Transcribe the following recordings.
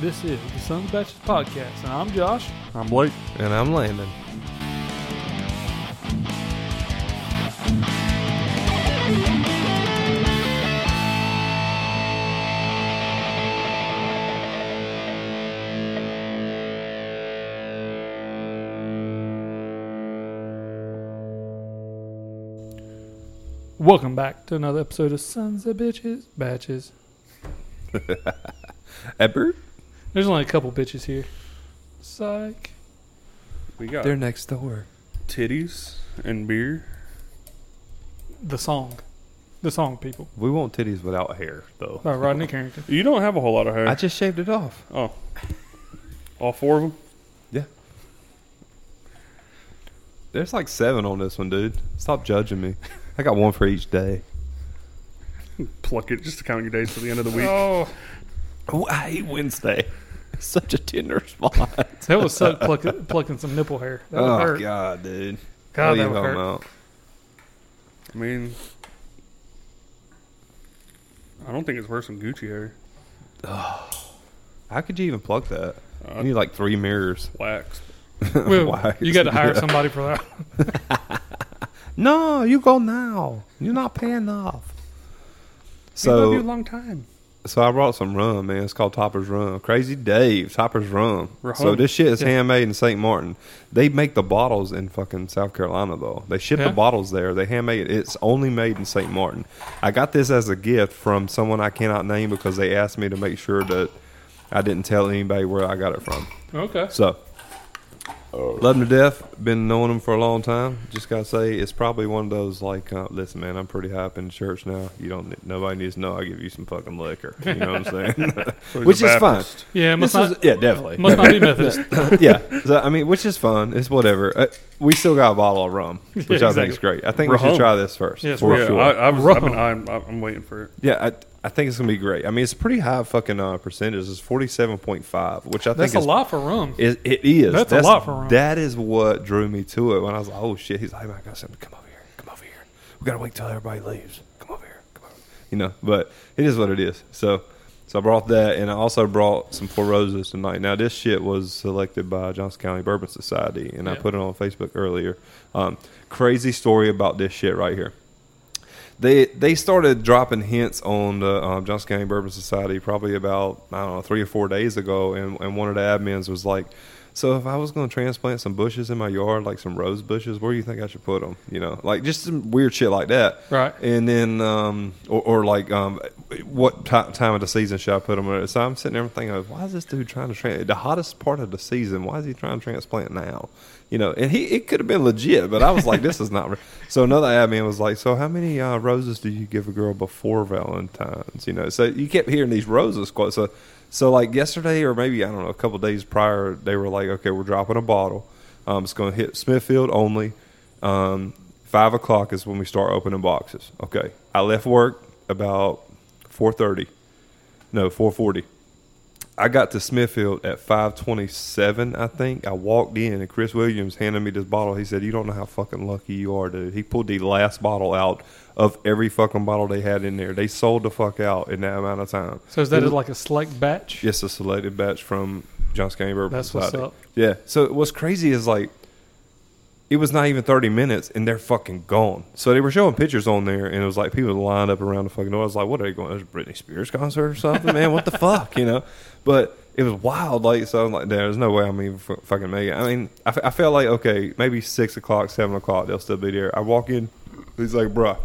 This is the Sons Baptist Podcast, and I'm Josh. I'm Blake. And I'm Landon. Welcome back to another episode of Sons of Bitches Batches. Ebert? There's only a couple bitches here. Psych. We got They're next door. titties and beer. The song. The song, people. We want titties without hair, though. By Oh, Rodney Carrington. You don't have a whole lot of hair. I just shaved it off. oh. All four of them? There's like seven on this one, dude. Stop judging me. I got one for each day. Pluck it just to count your days to the end of the week. Oh, Oh, I hate Wednesday. It's such a tender spot. that was suck pluck, plucking some nipple hair. That would oh, hurt. God, dude. God, Leave that would them hurt. out. I mean, I don't think it's worse than Gucci hair. How could you even pluck that? You Uh, need like three mirrors. wax. Well, Why? you got to hire somebody for that. No, you go now. You're not paying off. So, So, a long time. So I brought some rum, man. It's called Topper's Rum. Crazy Dave, Topper's Rum. Rum. So this shit is Yeah. handmade in St. Martin. They make the bottles in fucking South Carolina though. They ship Yeah. the bottles there. They handmade it. It's only made in St. Martin. I got this as a gift from someone I cannot name because they asked me to make sure that I didn't tell anybody where I got it from. Okay. So love them to death. Been knowing them for a long time. Just gotta say, it's probably one of those like, uh, listen, man, I'm pretty high up in church now. You don't, need- nobody needs to know I give you some fucking liquor. You know what I'm saying? So he's Which a is fine. Baptist. Yeah, must This not, is, yeah, definitely. must not be Methodist. yeah, so, I mean, which is fun. It's whatever. Uh, we still got a bottle of rum, which I think exactly. is great. I think we Rum. should try this first. Yes, for rum. sure. Yeah, I, I was, I've been, Wrong. I'm, I'm waiting for it. yeah, I, I think it's gonna be great. I mean, it's a pretty high fucking uh, percentage. It's forty seven point five, which I think That's a is lot for rum. It, it is. That's a lot for rum. That is what drew me to it when I was like, oh shit. He's like, "Hey, man, I got something. Come over here. Come over here. We gotta wait till everybody leaves. Come over here. Come over. You know, but it is what it is. So, so I brought that, and I also brought some Four Roses tonight. Now this shit was selected by Johnson County Bourbon Society, and I Yeah. put it on Facebook earlier. Um, crazy story about this shit right here they they started dropping hints on the um, Johnson County Bourbon Society probably about I don't know three or four days ago, and, and one of the admins was like, "So if I was going to transplant some bushes in my yard, like some rose bushes, where do you think I should put them? You know, like just some weird shit like that." Right. And then, um, or, or like, um, what ti time of the season should I put them? So I'm sitting there thinking, why is this dude trying to transplant the hottest part of the season? Why is he trying to transplant now? You know, and he it could have been legit, but I was like, this is not. Re-. So another admin was like, so how many uh, roses do you give a girl before Valentine's? You know, so you kept hearing these roses quotes. So, so like yesterday or maybe I don't know a couple days prior, they were like, okay, we're dropping a bottle. Um, it's going to hit Smithfield only. Um, five o'clock is when we start opening boxes. Okay, I left work about four thirty, no four forty. I got to Smithfield at five twenty seven, I think. I walked in and Chris Williams handed me this bottle. He said, "You don't know how fucking lucky you are, dude." He pulled the last bottle out of every fucking bottle they had in there. They sold the fuck out in that amount of time. So is that It was- like a select batch? Yes, a selected batch from Johnson County Bourbon That's what's Society. up. Yeah. So what's crazy is like it was not even thirty minutes and they're fucking gone. So they were showing pictures on there and it was like people lined up around the fucking door. I was like, What are they going? Is Britney Spears concert or something, man? What the fuck? You know? But it was wild. Like so, I'm like, there's no way I'm even f- fucking making. It. I mean, I, f- I felt like okay, maybe six o'clock, seven o'clock, they'll still be there. I walk in, he's like, bruh,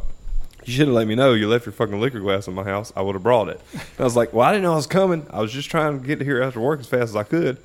you should have let me know. You left your fucking liquor glass in my house. I would have brought it. And I was like, well, I didn't know I was coming. I was just trying to get here after work as fast as I could.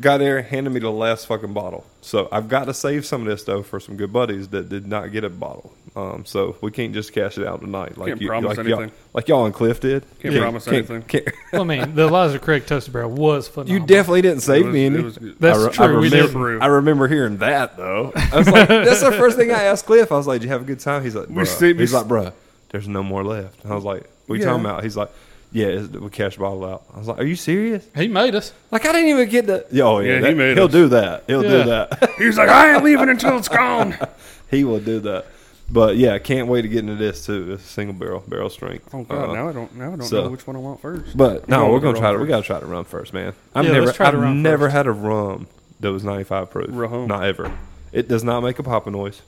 Got there, handed me the last fucking bottle. So I've got to save some of this though for some good buddies that did not get a bottle. Um, so we can't just cash it out tonight. Like Can't you, promise like anything. Y'all, like y'all and Cliff did. Can't promise anything. can't- Well, I mean, the Eliza Craig Toasted Barrel was you phenomenal. definitely didn't save It was- me any. it was good. That's I I true, we remember, didn't. I remember hearing that though. I was like, that's the first thing I asked Cliff. I was like, "Did you have a good time?" He's like, We "Bruh." see- we He's like, s- "Bruh, there's no more left." And I was like, "What you Yeah. talking about?" He's like, "Yeah, it's- we cash bottle out." I was like, "Are you serious?" He made us. Like I didn't even get the. Yo, yeah, Yeah, he that- made he'll us. do that. He'll Yeah. do that. He was like, I ain't leaving until it's gone. Oh, he will do that. But yeah, can't wait to get into this too. It's single barrel, barrel strength. Oh god, Uh, now I don't now I don't so- know which one I want first. But no, Go we're with gonna the try rum to. We first. gotta try to rum first, man. I've Yeah, let's never, try the I've rum never first. had a rum that was 95 proof. Rum. Not ever. It does not make a popping noise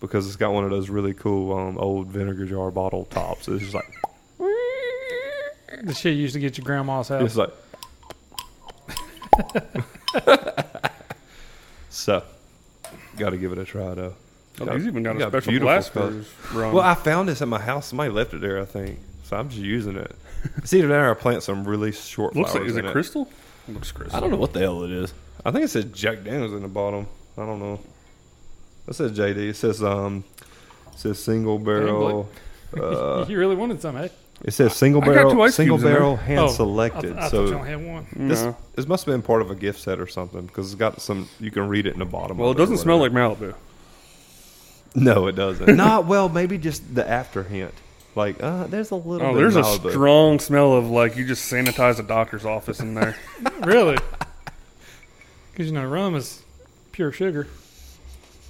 because it's got one of those really cool um, old vinegar jar bottle tops. It's just like The shit you used to get your grandma's it's house. like. so, got to give it a try though. Oh, Got- he's even got, got a special beautiful blasters rum. Well, I found this at my house. Somebody left it there, I think. So I'm just using it. It's either that or I plant some really short looks like flowers is in it crystal? Looks crystal. I don't know what the hell it is. I think it says Jack Daniels in the bottom. I don't know. It says JD. It says um, it says single barrel. Uh, you really wanted some, eh? it says single I got barrel. two ice single cubes in there. barrel hand Oh, I- selected. I, thought you so only had one. this No. this must have been part of a gift set or something because it's got some. You can read it in the bottom. Well, it of or doesn't smell like whatever. Malibu. No, it doesn't. Not well. Maybe just the after hint. Like uh, there's a little. Oh, bit there's a of Malibu. strong smell of like you just sanitized a doctor's office in there. really? Because you know, rum is pure sugar.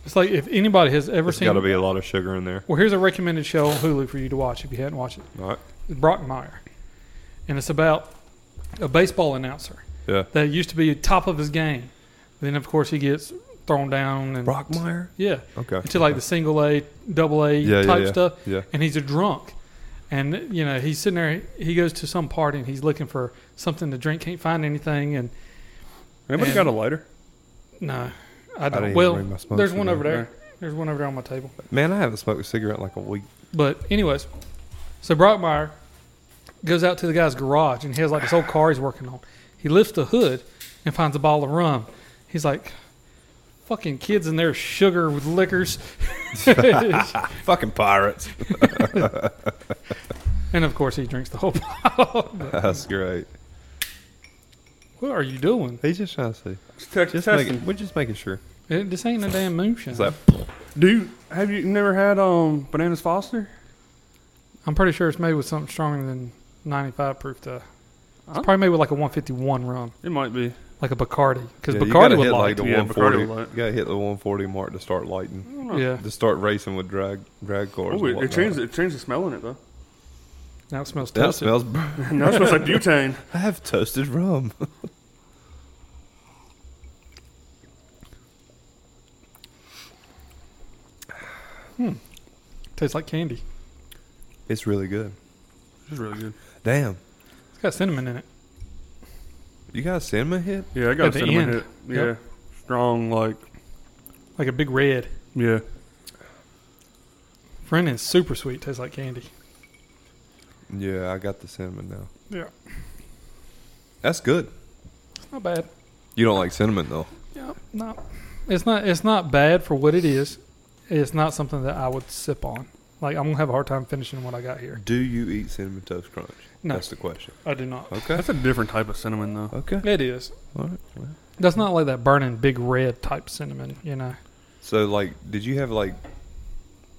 It's like if anybody has ever There's seen. got to be a lot of sugar in there. Well, here's a recommended show on Hulu for you to watch if you hadn't watched it. All right. It's Brockmire, and it's about a baseball announcer Yeah. that used to be top of his game. Then, of course, he gets thrown down and Brockmire. yeah, Okay. to like the single A, double A Yeah, yeah, type yeah. stuff. Yeah. And he's a drunk. And, you know, he's sitting there, he goes to some party and he's looking for something to drink, can't find anything. And Anybody And- got a lighter? no, I didn't don't. even well, bring my smokes there's one today. over there. There's one over there on my table. Man, I haven't smoked a cigarette in like a week. But, anyways, so Brockmeyer goes out to the guy's garage and he has like this old car he's working on. He lifts the hood and finds a bottle of rum. He's like, fucking kids in their sugar with liquors. Fucking pirates. and, of course, he drinks the whole bottle. But That's great. what are you doing? He's just trying to see. Just te- Just testing. making, we're just making sure. It, this ain't a damn moonshine. It's like, Dude, have you never had um bananas Foster? I'm pretty sure it's made with something stronger than 95 proof. To, it's Huh? probably made with like a 151 rum, It might be. like a Bacardi, because yeah, you gotta Bacardi would hit like. like the Yeah, Bacardi 140. would like- You gotta hit the 140 mark to start lighting, I don't know. yeah, to start racing with drag drag cars. Oh, and it, it whatnot. changed. It changed the smell in it though. now it smells That toasted. smells. now it smells like butane. I have toasted rum. Tastes like candy. It's really good. It's really good. Damn, It's got cinnamon in it. you got a cinnamon hit? Yeah, I got At a the cinnamon end. hit. Yeah, Yep. strong like Like a big red. yeah. Brennan's super sweet. Tastes like candy. Yeah, I got the cinnamon now. Yeah. That's good. It's not bad. You don't like cinnamon though. Yeah. No. It's not it's not bad for what it is. It's not something that I would sip on. Like I'm gonna have a hard time finishing what I got here. Do you eat cinnamon toast crunch? No. That's the question. I do not. Okay. That's a different type of cinnamon though. Okay. It is. All right. Well. That's not like that burning big red type cinnamon, you know. So, like, did you have like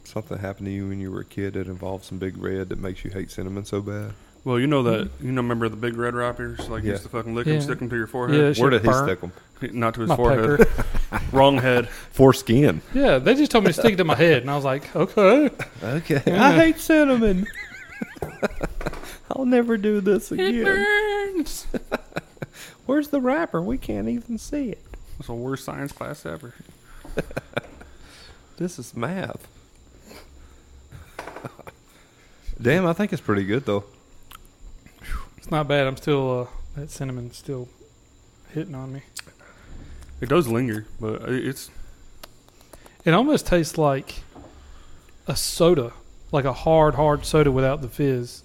something happen to you when you were a kid that involved some big red that makes you hate cinnamon so bad? Well, you know that you know. Remember the big red wrappers? Like Yeah. you used to fucking lick them, Yeah. stick them to your Yeah, forehead. that shit Where did he burnt stick them? Not to his my forehead. pecker. Wrong head. Foreskin. Yeah, they just told me to stick it to my head, and I was like, okay. Okay. Yeah. I hate cinnamon. I'll never do this again. burns. Where's the wrapper? We can't even see it. That's the worst science class ever. This is math. Damn, I think it's pretty good though. It's not bad. I'm still uh, that cinnamon's still hitting on me. It does linger, but it- it's It almost tastes like a soda, like a hard, hard soda without the fizz.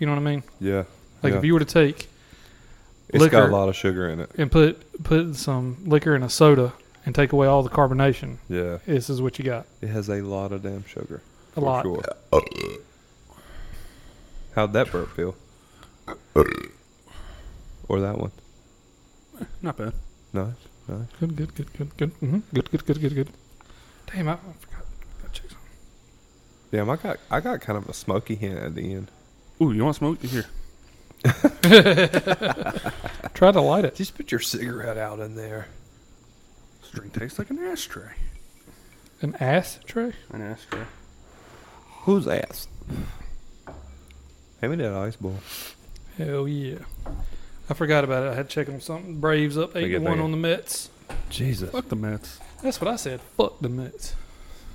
You know what I mean? Yeah. Like if you were to take it's got liquor- a lot of sugar in it. and put put some liquor in a soda and take away all the carbonation, Yeah. this is what you got. It has a lot of damn sugar. A lot. Uh, How'd that burp feel? or that one? not bad. Nice, nice. Good, good, good, good, good, mm-hmm. good, good, good, good, good. Damn, I, I forgot. I checked something. Damn, I got I got kind of a smoky hint at the end. Ooh, you want smoke? Here. Try to light it. Just put your cigarette out in there. This drink tastes like an ashtray. An ass tray. An ashtray. Who's ass? Hand me that ice ball. Hell yeah. I forgot about it. I had to check on something. Braves up Take it, 8 to 1 take it. on the Mets. Jesus. Fuck the Mets. That's what I said. Fuck the Mets.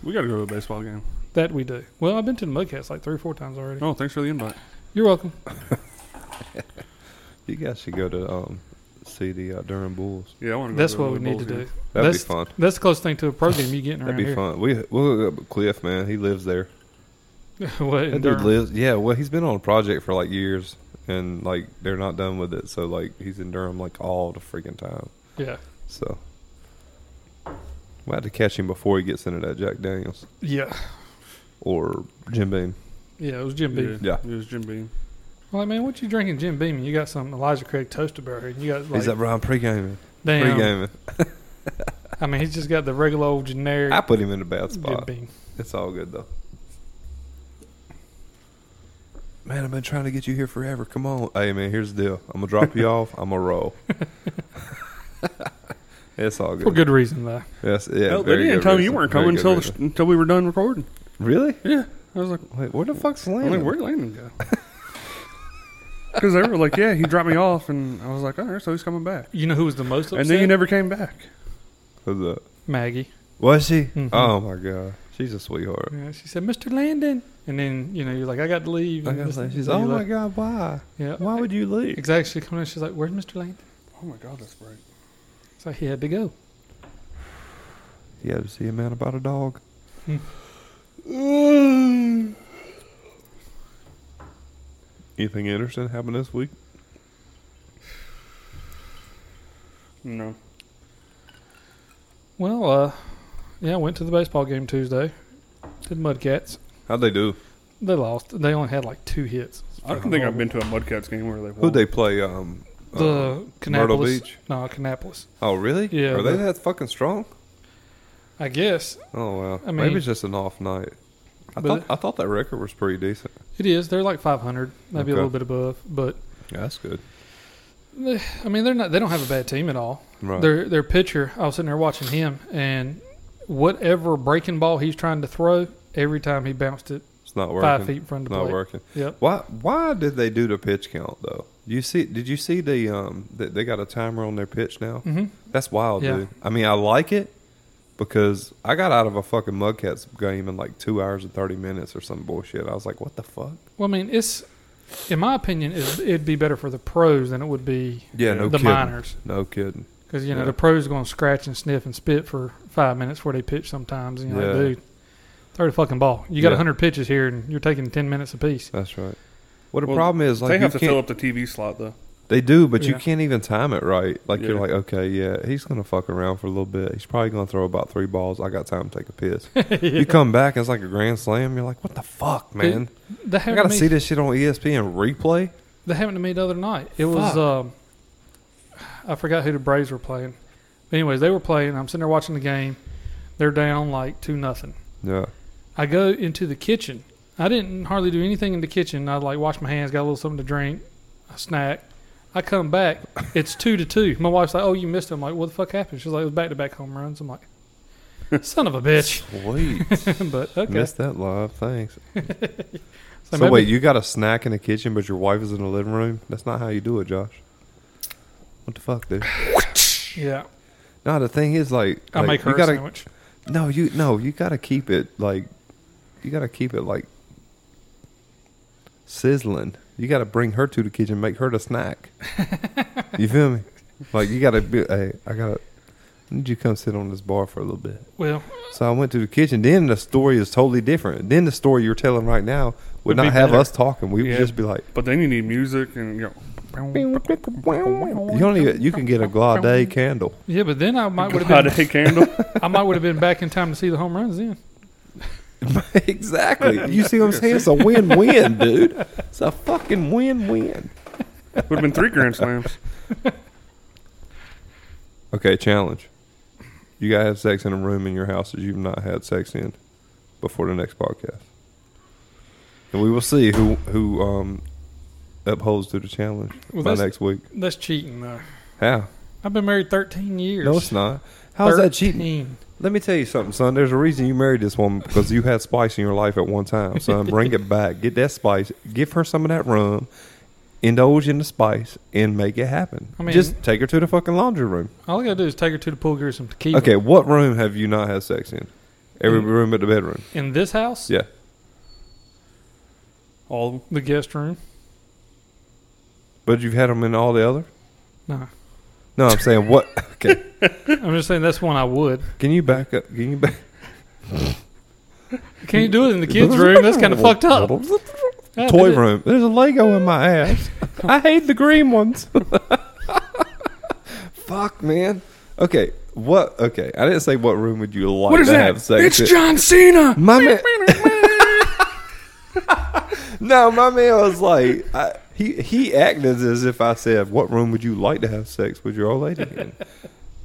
We got to go to a baseball game. That we do. Well, I've been to the Mudcats like three or four times already. Oh, thanks for the invite. You're welcome. You guys should go to um, see the uh, Durham Bulls. Yeah, I want to. That's go to what the we need to Bulls do. game. That'd That's- be fun. That's the closest thing to a pro game you getting around That'd be here. fun. We we'll hook up with Cliff, man. He lives there. What, in That dude Durham? lives. Yeah, well, he's been on a project for like years, and like they're not done with it. So like he's in Durham like all the freaking time. Yeah. So we have to catch him before he gets into that Jack Daniels Yeah. or Jim Beam. Yeah, it was Jim Beam. Yeah. It was Jim Beam. I'm like, man, what you drinking Jim Beam? And you got some Elijah Craig toaster berry. And you got like, He's like Ryan pre-gaming. damn. Pre-gaming. I mean, he's just got the regular old generic I put him in a bad Jim spot. Beam. It's all good though. Man, I've been trying to get you here forever. Come on. Hey man, here's the deal. I'm gonna drop you off. I'm gonna roll. it's all For good. good reason, though. Yes, yeah. Hell, Oh, they very didn't good tell me you reason. weren't Very coming good until reason. until we were done recording. Really? Yeah, I was like, Wait, where the fuck's I'm like Landon? where'd Landon go? Because they were like, yeah, he dropped me off, and I was like, all right, so he's coming back. You know who was the most upset? And then you never came back. Who's that? Maggie. Was she? Mhm. Oh my god, she's a sweetheart. Yeah, she said, Mr. Landon. And then, you know, you're like, I got to leave. I and gotta this- say, she's. and Oh you my left. god, why? Yeah. Why would you leave? Exactly. She comes in, she's like, where's Mr. Landon? Oh my god, that's great. So he had to go. You had to see a man about a dog. Hmm. Anything interesting happened this week? No, Well, uh, yeah, I went to the baseball game Tuesday. Did Mudcats. How'd they do? They lost. They only had like two hits. I don't think I've been to a Mudcats game where they. Who'd won. they play? Um, uh, The Canapolis. Myrtle Beach. No, Canapolis. Oh, really? Yeah, Are they the- that fucking strong? I guess Oh wow. I mean- Maybe it's just an off night. I But- thought I thought that record was pretty decent. it is. They're like 500, maybe a Okay. little bit above. But Yeah, that's good. they, I mean, they're not. They don't have a bad team at all. Right. Their their pitcher. I was sitting there watching him, and whatever breaking ball he's trying to throw, every time he bounced it it's not working. five feet from the not plate. working. Yep. Why? Why did they do the pitch count though? You see? Did you see the um? That they got a timer on their pitch now. Mm-hmm. That's wild, Yeah. dude. I mean, I like it because I got out of a fucking Mudcats game in like two hours and thirty minutes or some bullshit. I was like, what the fuck? Well, I mean, it's in my opinion, it's, it'd be better for the pros than it would be Yeah, no the kidding. minors. No kidding. Because you know Yeah. the pros are going to scratch and sniff and spit for five minutes before they pitch sometimes, and you're like, Yeah. dude, throw the fucking ball. You got Yeah. a hundred pitches here, and you're taking ten minutes apiece. That's right. What the Well, problem is, like they you have to can't- fill up the TV slot though. They do, but you Yeah. can't even time it right. Like you're Yeah. like, okay, yeah, he's gonna fuck around for a little bit. He's probably gonna throw about three balls. I got time to take a piss. You come back, it's like a grand slam. You're like, what the fuck, man? That I happened gotta to me. see this shit on E ESPN replay. That happened to me the other night. It Fuck. was um, I forgot who the Braves were playing. But anyways, they were playing. I'm sitting there watching the game. They're down like two nothing. Yeah, I go into the kitchen. I didn't hardly do anything in the kitchen. I like wash my hands, got a little something to drink, a snack. I come back. It's two to two. My wife's like, "Oh, you missed it." I'm like, "What the fuck happened?" She's like, "It was back to back home runs." I'm like, "Son of a bitch!" sweet. but okay. Missed that live. Thanks. So So, maybe- wait, you got a snack in the kitchen, but your wife is in the living room. That's not how you do it, Josh. What the fuck, dude? yeah, No, the thing is, like, I like, make her you a gotta, sandwich. No, you no, you gotta keep it like you gotta keep it like sizzling. You gotta bring her to the kitchen, make her the snack. you feel me? Like you gotta be hey, I gotta I need you to come sit on this bar for a little bit. Well, So I went to the kitchen. Then the story is totally different. Then the story you're telling right now Would would, not be have better. us talking. We Yeah. would just be like, But then you need music and you know, you don't even. You can get a Glade candle. yeah, but then I might would light have been a candle. I might would have been back in time to see the home runs then. exactly. You see what I'm saying? It's a win-win, dude. It's a fucking win-win. Would have been three grand slams. Okay, challenge. You gotta have sex in a room in your house that you've not had sex in before the next podcast, and we will see who who um, upholds to the challenge Well, by that's next week. that's cheating though. How? I've been married 13 years. No, it's not. How's that cheating? 13. Let me tell you something, son. There's a reason you married this woman because you had spice in your life at one time, son. Bring it back. Get that spice. Give her some of that rum. Indulge in the spice and make it happen. I mean- Just take her to the fucking laundry room. All I gotta do is take her to the pool, give her some tequila. Okay, what room have you not had sex in? Every Mm. room but the bedroom. In this house, Yeah. All of them. the guest room. But you've had them in all the other? No, No, I'm saying what? Okay. I'm just saying that's one I would. Can you back up? Can you back? Can't do it in the kids' room. That's kind of fucked up. Yeah, I Toy did it. room. There's a Lego in my ass. I hate the green ones. Fuck, man. Okay, what? Okay, I didn't say what room would you like What is to that? have sex It's in. John Cena. My man. no, my man was like, I, he he acted as if I said, "What room would you like to have sex with your old lady in?"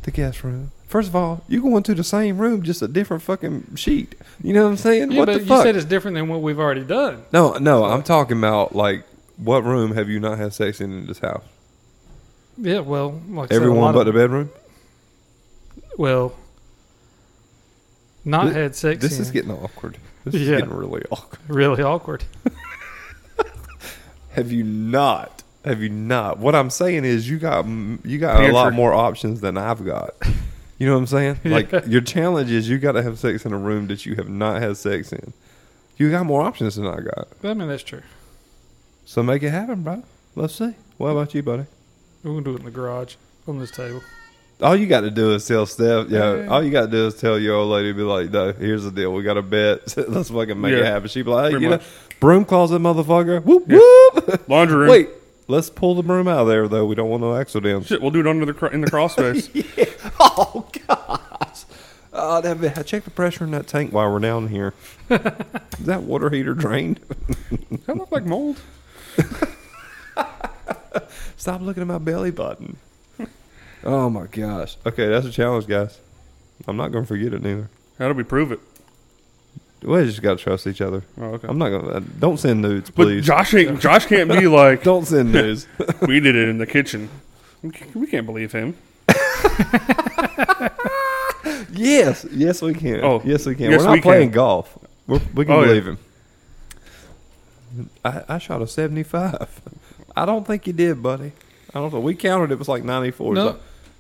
the guest room. First of all, you going to the same room, just a different fucking sheet. You know what I'm saying? Yeah, what but the you fuck? said it's different than what we've already done. No, no, I'm talking about like what room have you not had sex in in this house? Yeah, well, like I said, a Everyone lot but of- the bedroom. well, not Th- had sex. This in. is getting awkward. This is Yeah. getting really awkward. really awkward. Have you not? Have you not? What I'm saying is you got m- you got a lot Panther. more options than I've got. You know what I'm saying? Like Yeah. your challenge is you got to have sex in a room that you have not had sex in. You got more options than I got. But, I mean, that's true. So make it happen, bro. Let's see. What about you, buddy? We're gonna do it in the garage on this table. All you got to do is tell Steph. Yeah. Yeah. All you got to do is tell your old lady. Be like, no, here's the deal. We got a bet. Let's fucking make it Yeah. happen. She be like, hey, Pretty you know, much. broom closet, motherfucker. Whoop Yeah. whoop. Laundry room. Wait, let's pull the broom out of there though. We don't want no accidents. Shit, we'll do it under the cr- in the crawl space. Oh gosh. Oh, that I check the pressure in that tank while we're down here. Is that water heater drained? That look like mold. Stop looking at my belly button. oh my gosh. Okay, that's a challenge, guys. I'm not gonna forget it neither. How do we prove it? We just gotta trust each other. Oh, okay. I'm not gonna. uh, Don't send nudes, but please. Josh ain't. Josh can't be like don't send nudes. we did it in the kitchen. We c- we can't believe him. yes, yes, we can. Oh, yes, we can. yes, We're not we can. playing golf. We're, we can Oh, yeah. believe him. I, I shot a seventy-five. I don't think you did, buddy. I don't know. We counted. It was like ninety-four. No.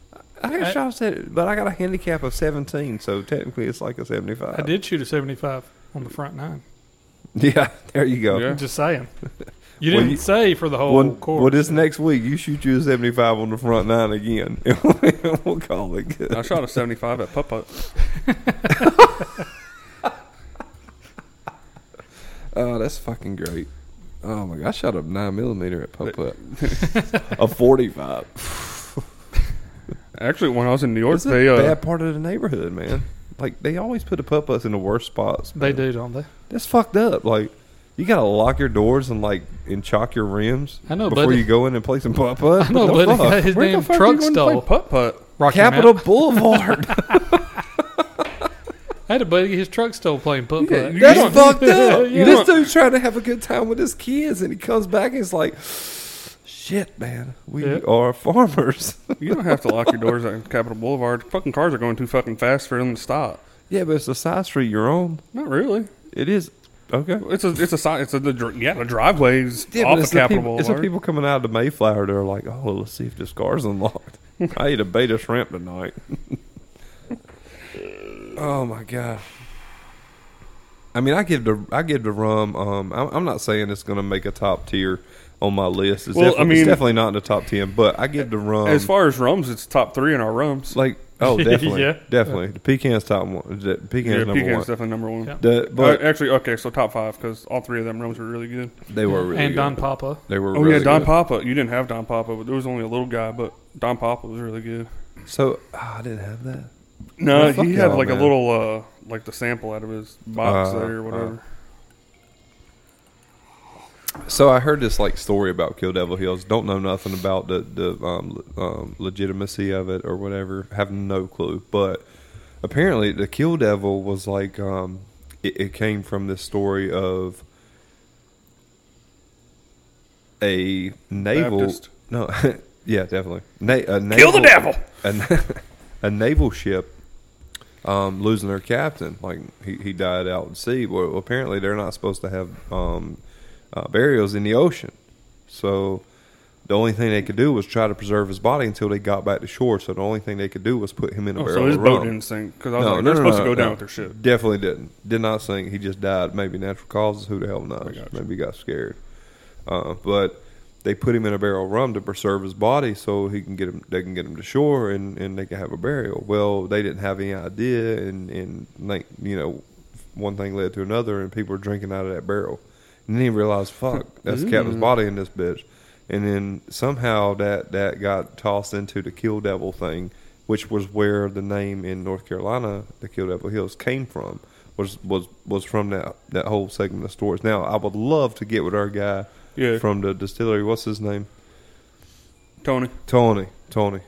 So I think I I- shot a se- but I got a handicap of seventeen, so technically it's like a seventy-five. I did shoot a 75 on the front nine. Yeah, there you go. Yeah. Just saying. You Well, didn't you- say for the whole Well, Oh, course. well, this next week you shoot you a seventy-five on the front nine again. we'll call it good. I shot a 75 at Putt Putt. Oh, that's fucking great. Oh my god, I shot a nine millimeter at Putt Putt. a forty five. Actually, when I was in New York, It's they a uh, bad part of the neighborhood, man. Like they always put the putt putts in the worst spots. they man. do, don't they? That's fucked up. Like you gotta lock your doors and like and chalk your rims I know, before buddy. you go in and play some putt putts. I know, what the buddy. fuck? His where the damn fuck are you truck going to play stole. Putt Putt. Rocky Mount. Capitol Boulevard. I had a buddy get his truck stole playing putt Yeah, putt. you That's don't- fucked up. Yeah. This dude's trying to have a good time with his kids, and he comes back and he's like, "Shit, man, we Yeah. are farmers." You don't have to lock your doors on Capitol Boulevard. Fucking cars are going too fucking fast for them to stop. yeah, but it's the side street you're on. Not really. It is okay. It's a it's a si- it's a the dr- yeah the driveways Yeah, but off of it's the Capitol people, it's the Boulevard. people coming out of the Mayflower. They're like, "Oh, let's see if this car's unlocked." I ate a beta shrimp tonight. oh my god! I mean, I give the I give the rum. Um, I'm, I'm not saying it's going to make a top tier on my list. It's, Well, I definitely, it's mean- definitely not in the top ten, but I give the rum. as far as rums, it's top three in our rums. like, oh, definitely, Yeah. definitely, the pecans top one. The pecans yeah, number pecan's Uh, one. definitely number one. Yeah. The- But but actually, okay, so top five because all three of them rums were really good. they were really and Don good. Papa. They were Oh really yeah, Don good. Papa. You didn't have Don Papa, but there was only a little guy. But Don Papa was really good. So ah, I didn't have that. No, Well, fuck he had y'all, like man. a little uh like the sample out of his box Uh, there or whatever. So I heard this like story about Kill Devil Hills. Don't know nothing about the the um, le- um, legitimacy of it or whatever. Have no clue. But apparently, the Kill Devil was like um, it, it came from this story of a naval. Baptist. No, yeah, definitely. Na- a naval, Kill the devil. A, na- a naval ship um, losing their captain. Like he, he died out at sea. Well, apparently they're not supposed to have um, uh, burials in the ocean. So the only thing they could do was try to preserve his body until they got back to shore. So the only thing they could do was put him in a Oh, barrel. so his of boat rum. didn't sink because I was like, they're supposed to go down with their ship. Definitely didn't. Did not sink. He just died. Maybe natural causes. Who the hell knows? I gotcha. Maybe he got scared. Uh, but they put him in a barrel of rum to preserve his body, so he can get him. They can get him to shore, and, and they can have a burial. Well, they didn't have any idea, and and like you know, one thing led to another, and people were drinking out of that barrel. And then he realized, fuck, that's the captain's Ooh. body in this bitch. And then somehow that that got tossed into the Kill Devil thing, which was where the name in North Carolina, the Kill Devil Hills, came from. Was was was from that that whole segment of stories. Now I would love to get with our guy Yeah, from the distillery. What's his name? Tony. Tony. Tony.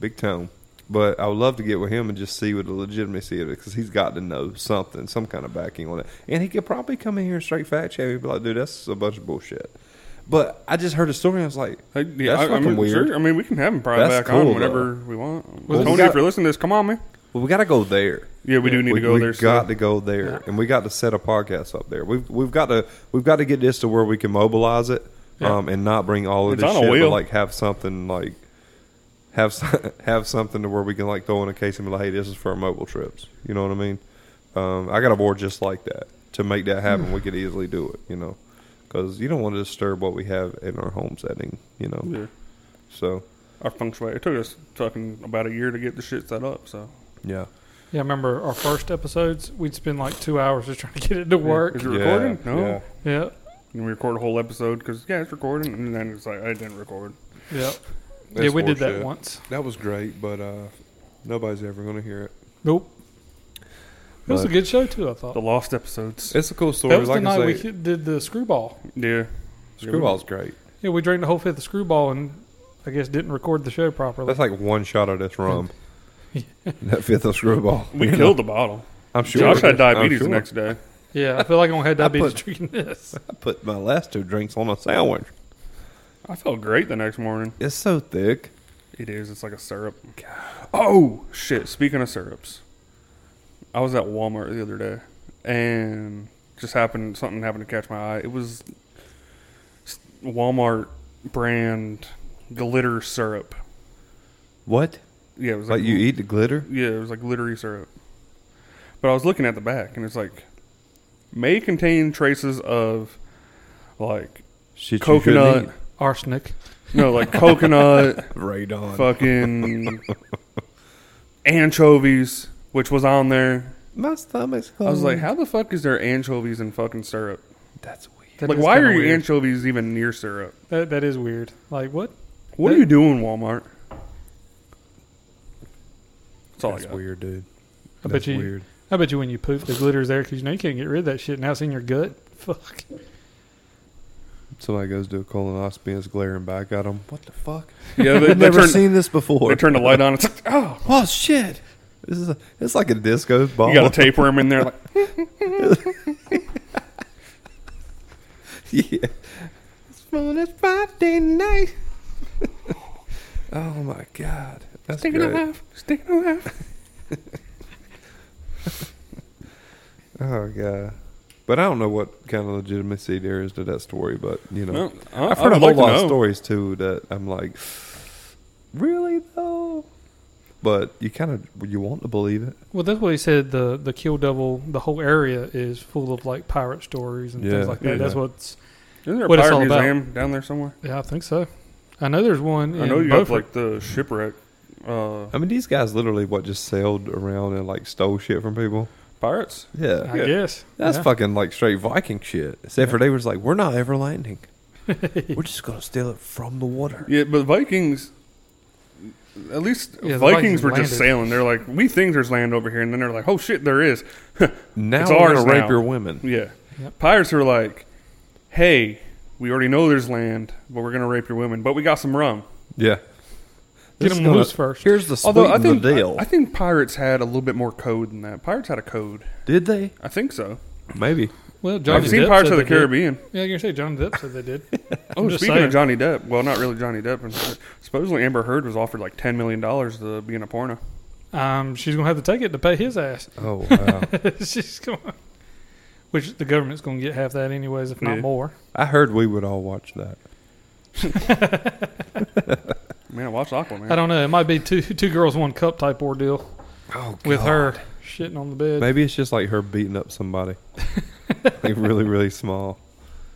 Big Tone. But I would love to get with him and just see what the legitimacy of it because he's got to know something, some kind of backing on it. And he could probably come in here and straight fact check me and be like, dude, that's a bunch of bullshit. But I just heard a story and I was like, Hey, yeah, That's I, I fucking mean, weird. sure, I mean, we can have him probably That's back cool, on whenever we want. Well, Tony, we if you're listening to this, come on, man. well, we got to go there. Yeah, we do need we, to go we there. got so. to go there, and we got to set a podcast up there. We've we've got to we've got to get this to where we can mobilize it, Yeah. um, and not bring all of It's this on a shit, but wheel. like have something like have so- have something to where we can like throw in a case and be like, hey, this is for our mobile trips. You know what I mean? Um, I got a board just like that to make that Hmm. happen. we could easily do it, you know, because you don't want to disturb what we have in our home setting, you know. Yeah, So our feng shui. It took us fucking about a year to get the shit set up. So yeah, Yeah, I remember our first episodes, we'd spend like two hours just trying to get it to work. Is it recording? Yeah, no. yeah. Yeah, And we record a whole episode because yeah, it's recording, and then it's like I didn't record. yeah. yeah, That's we did that horseshit. once. That was great, but uh, nobody's ever going to hear it. Nope. It was a But- good show, too, I thought. The lost episodes. It's a cool story. That was like the I night we say, hit- did the screwball. Yeah, Screwball's great. Yeah, we drank the whole fifth of screwball and I guess didn't record the show properly. That's like one shot of this rum. Yeah. that fifth of screwball. we You know? killed the bottle. I'm sure. Josh had diabetes I'm sure. the next day. yeah, I feel like I'm going to have I diabetes put- drinking this. I put my last two drinks on a sandwich. I felt great the next morning. It's so thick. It is. It's like a syrup. Oh shit! Speaking of syrups, I was at Walmart the other day, and just happened something happened to catch my eye. It was s- Walmart brand glitter syrup. What? Yeah, it was Like you eat the glitter? Yeah, it was like glittery syrup. But I was looking at the back, and it's like may contain traces of like Shit, you coconut. shouldn't Arsenic. No, like coconut, eat. Radon. fucking anchovies, which was on there. My stomach's. I was like, Oh. hungry. how the fuck is there anchovies in fucking syrup? That's weird. That like, is why kinda are your weird. anchovies even near syrup? That, that is weird. Like, what? What That- are you doing, Walmart? That's all I That's got. weird, dude. I bet That's you- Weird. I bet you when you poop, the glitter's there because you know you can't get rid of that shit. Now it's in your gut. Fuck. Somebody goes to a colonoscopy and it's glaring back at them. What the fuck? Yeah, they, I've they, never turned, seen this before. they turned the light on. It's like, oh, oh shit! This is a, it's like a disco ball. you got a tapeworm in there. Like, yeah. It's fun as Friday night. oh my god. That's sticking great. alive, sticking alive. Oh god. But I don't know what kind of legitimacy there is to that story, but you know. No, I, I've heard a a whole lot of stories too that I'm like Really though? But you kind of you want to believe it. Well, that's what he said. The the Kill Devil, the whole area is full of like pirate stories and Yeah, things like that. yeah. That's what's. Isn't there a What it's pirate all about. museum down there somewhere? Yeah, I think so. I know there's one. I know in you have Beaufort. like the shipwreck uh, I mean, these guys literally what just sailed around and like stole shit from people. pirates. Yeah, I yeah. guess that's yeah. fucking like straight Viking shit. Except for they was like, we're not ever landing. we're just gonna steal it from the water. Yeah, but Vikings. At least Yeah, the Vikings, Vikings were just landed. sailing. They're like, we think there's land over here, and then they're like, oh shit, there is. Now It's we're ours gonna rape now. your women. Yeah, Yep. pirates are like, hey, we already know there's land, but we're gonna rape your women. But we got some rum. Yeah. Get This is them gonna- loose first. Here's the Although I sweeten think the deal. I, I think pirates had a little bit more code than that. Pirates had a code. Did they? I think so. Maybe. Well, Johnny I've seen Depp Pirates said of the they did. Caribbean. Yeah, you're gonna say Johnny Depp said they did. Oh, I'm just speaking saying. of Johnny Depp, well, not really Johnny Depp. and Supposedly Amber Heard was offered like ten million dollars to be in a porno. Um, she's gonna have to take it to pay his ass. Oh wow! she's gonna, which the government's gonna get half that anyways, if not Yeah. more. I heard we would all watch that. Man, watch Aquaman. I don't know. It might be two two girls, one cup type ordeal Oh, with her shitting on the bed. Maybe it's just like her beating up somebody, like really, really small.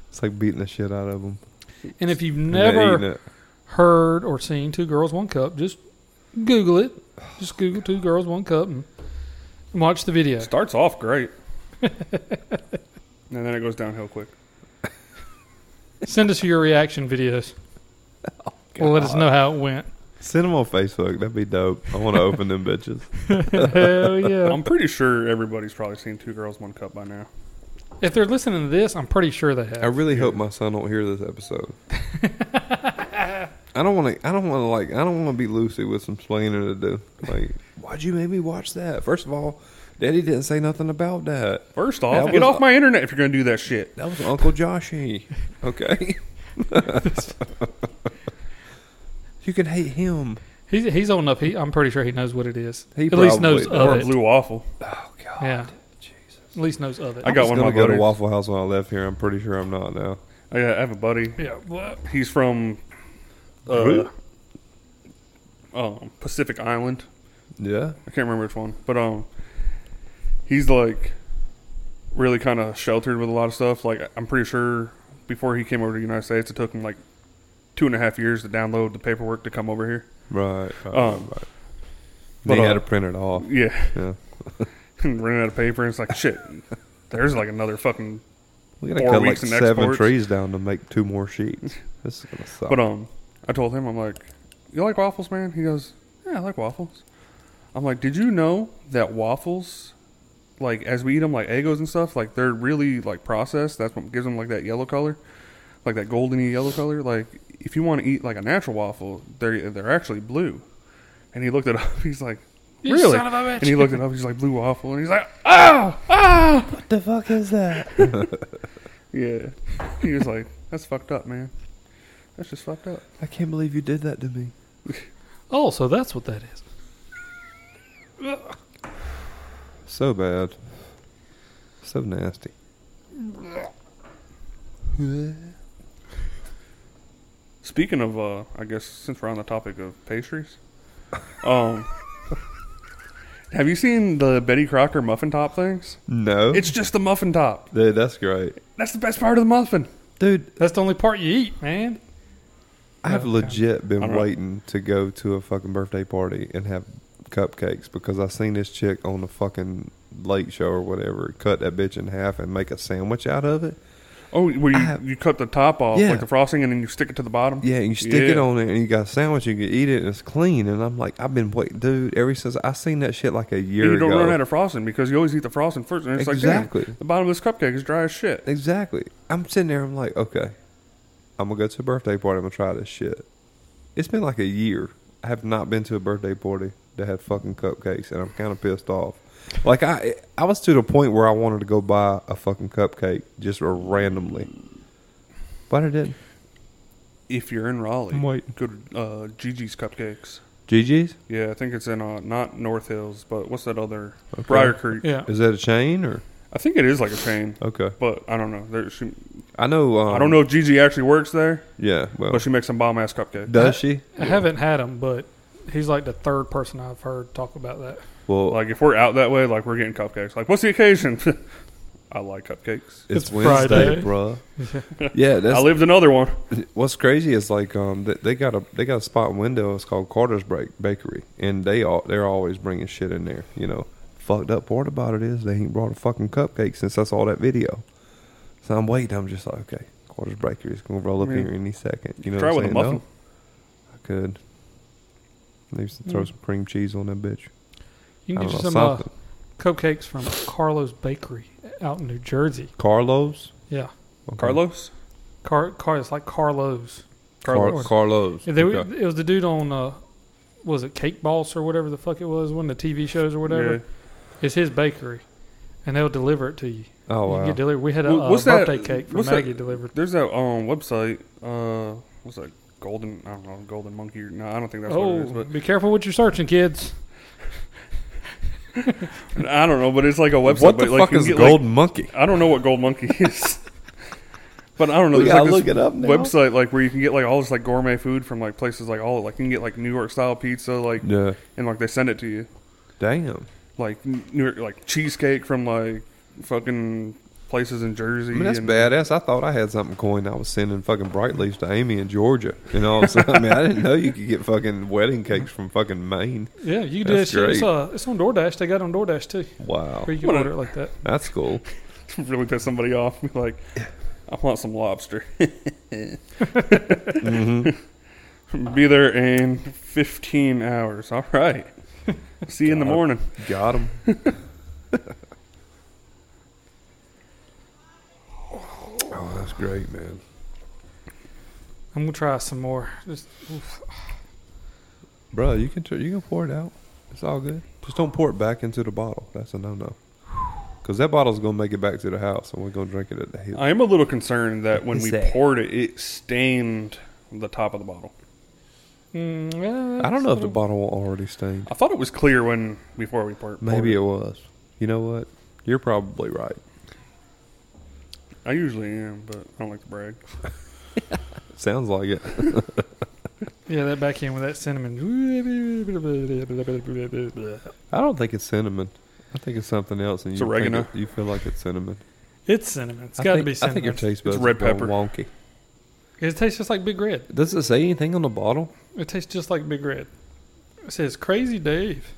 It's like beating the shit out of them. And if you've and they're never eating it. heard or seen Two Girls One Cup, just Google it. Just Google Two Girls One Cup and and watch the video. Starts off great. and then it goes downhill quick. Send us your reaction videos. Well, let us know how it went. Send them on Facebook. That'd be dope. I want to open them bitches. Hell yeah! I'm pretty sure everybody's probably seen Two Girls, One Cup by now. If they're listening to this, I'm pretty sure they I have. really hope my son don't hear this episode. I don't want to. I don't want to like. I don't want to be Lucy with some splaining to do. Like, why'd you make me watch that? First of all, Daddy didn't say nothing about that. First That off, was- get off my internet if you're going to do that shit. That was Uncle Joshy. Okay. you can hate him. He's he's old enough. He, I'm pretty sure he knows what it is. He at least knows probably Or of it. Blue Waffle. Oh God. Yeah, Jesus. at least knows of it. I got was one of my gonna go to buddies. Waffle House when I left here. I'm pretty sure I'm not now. I Oh, I have a buddy. Yeah, well, He's from uh, Really? um, Pacific Island. Yeah. I can't remember which one, but um, he's like really kind of sheltered with a lot of stuff. Like I'm pretty sure before he came over to the United States, it took him like two and a half years to download the paperwork to come over here. Right. right, Um, right. but, They had uh, to print it off. Yeah, Yeah. running out of paper, and it's like shit. There's like another fucking. We gotta Four cut like weeks in seven exports. trees down to make two more sheets. This is gonna suck. But um, I told him I'm like, you like waffles, man? He goes, yeah, I like waffles. I'm like, did you know that waffles, like as we eat them, like egos and stuff, like they're really like processed. That's what gives them like that yellow color, like that goldeny yellow color. Like if you want to eat like a natural waffle, they're they're actually blue. And he looked it up. He's like, You really? son of a bitch. Ah! And he looked it up. He's like, blue waffle. And he's like, oh, oh. what the fuck is that? Yeah. He was like, that's fucked up, man. That's just fucked up. I can't believe you did that to me. oh, so that's what that is. So bad. So nasty. Speaking of, uh, I guess since we're on the topic of pastries, um, have you seen the Betty Crocker muffin top things? No. It's just the muffin top. Dude, that's great. That's the best part of the muffin. Dude, That's the only part you eat, man. I've Okay. legit All been right. waiting to go to a fucking birthday party and have cupcakes because I seen this chick on the fucking late show or whatever cut that bitch in half and make a sandwich out of it. Oh, where you, I have- you cut the top off Yeah. like the frosting, and then you stick it to the bottom. Yeah, and you stick it Yeah. on it and you got a sandwich, you can eat it and it's clean. And I'm like, I've been waiting, dude, ever since I seen that shit like a year And you don't ago. run out of frosting because you always eat the frosting first, and it's exactly. like damn, the bottom of this cupcake is dry as shit. Exactly. I'm sitting there. I'm like, okay, I'm gonna go to a birthday party. I'm gonna try this shit. It's been like a year. I have not been to a birthday party that had fucking cupcakes, and I'm kind of pissed off. Like I, I was to the point where I wanted to go buy a fucking cupcake just randomly, but I didn't. If you're in Raleigh, I'm waiting. go to uh, Gigi's Cupcakes. GG's. Yeah, I think it's in uh, not North Hills, but what's that other Okay. Briar Creek? Yeah, Is that a chain or I think it is like a chain, okay? but I don't know. There, she, I know. Um, Oh. I don't know if Gigi actually works there, Yeah. Well, but she makes some bomb ass cupcakes. does she? I haven't had him, but he's like the third person I've heard talk about that. Well, Like if we're out that way, like we're getting cupcakes. Like what's the occasion? I like cupcakes. it's, It's Wednesday, Friday. bruh. yeah, that's I lived another one. What's crazy is like um they, they got a they got a spot in window. It's called Carter's Break Bakery, and they all they're always bringing shit in there. You know, fucked up part about it is they ain't brought a fucking cupcake since I saw that video. So I'm waiting. I'm just like, okay, Carter's Bakery is gonna roll up I mean, here any second. You know, Try what with I'm a saying? muffin. No, I could. They used to throw Hmm. some cream cheese on that bitch. You can I get you don't know, some uh, something. cupcakes from Carlos Bakery out in New Jersey. Carlos. Yeah, Okay. Carlos. Car, Car it's like Carlos. Car- Carlos. Yeah, they were- Okay. It was the dude on, uh, was it Cake Boss or whatever the fuck it was, one of the TV shows or whatever. Yeah. It's his bakery, and they'll deliver it to you. Oh you can wow. get delivered. We had a Wha- uh, what's that- birthday cake from what's that- Maggie delivered. There's that um website. Uh, what's that? Golden. I don't know. Golden Monkey. or- No, I don't think that's what it is. Oh, But be careful what you're searching, kids. I don't know, but it's like a website. what the but, like, fuck you is get, gold monkey? Like, I don't know what Gold Monkey is, but I don't know. We There's gotta like look this it up now. website like where you can get like all this like gourmet food from like places like all like you can get like New York style pizza like Yeah. and like they send it to you Damn. like New York like cheesecake from like fucking places in Jersey. I mean, that's and, badass. I thought I had something coined. I was sending fucking bright leaves to Amy in Georgia. And all of a sudden, I mean, I didn't know you could get fucking wedding cakes from fucking Maine. Yeah, you can do That's that shit. It's, great. uh, it's on DoorDash. They got it on DoorDash too. Wow. Where you can Oh, What a- order it like that. That's cool. really piss somebody off. Be like, I want some lobster. Mm-hmm. Be there in 15 hours. All right. See you in the God. morning. Got him. oh, that's great, man. I'm gonna try some more. Just oof. Bro, you can tur- you can pour it out. It's all good. Just don't pour it back into the bottle. That's a no no. Because that bottle's gonna make it back to the house, and we're gonna drink it at the hill. I am a little concerned that when Is we that- poured it, it stained the top of the bottle. Mm, yeah, I don't know if the bottle was already stained. I thought it was clear when before we poured. Maybe it poured was. You know what? You're probably right. I usually am, but I don't like to brag. Sounds like it. yeah, that back end with that cinnamon. I don't think it's cinnamon. I think it's something else, and It's you think oregano. it- you feel like it's cinnamon. It's cinnamon. It's I got to think- be I think cinnamon. your taste buds red are going pepper. wonky. it tastes just like Big Red. Does it say anything on the bottle? It tastes just like Big Red. It says Crazy Dave.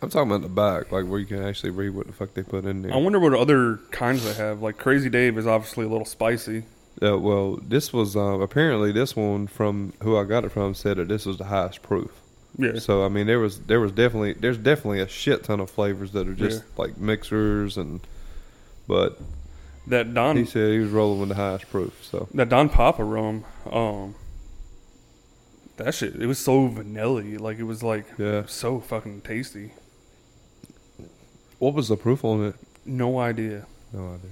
I'm talking about the back, like where you can actually read what the fuck they put in there. I wonder what other kinds they have. Like Crazy Dave is obviously a little spicy. Uh, well, this was uh, apparently this one from who I got it from said that this was the highest proof. Yeah. So I mean, there was there was definitely there's definitely a shit ton of flavors that are just Yeah. like mixers and. But That he Don said he was rolling with the highest proof. So That Don Papa rum, um, that shit, it was so vanilla Like, it was like yeah, so fucking tasty. what was the proof on it? No idea. No idea.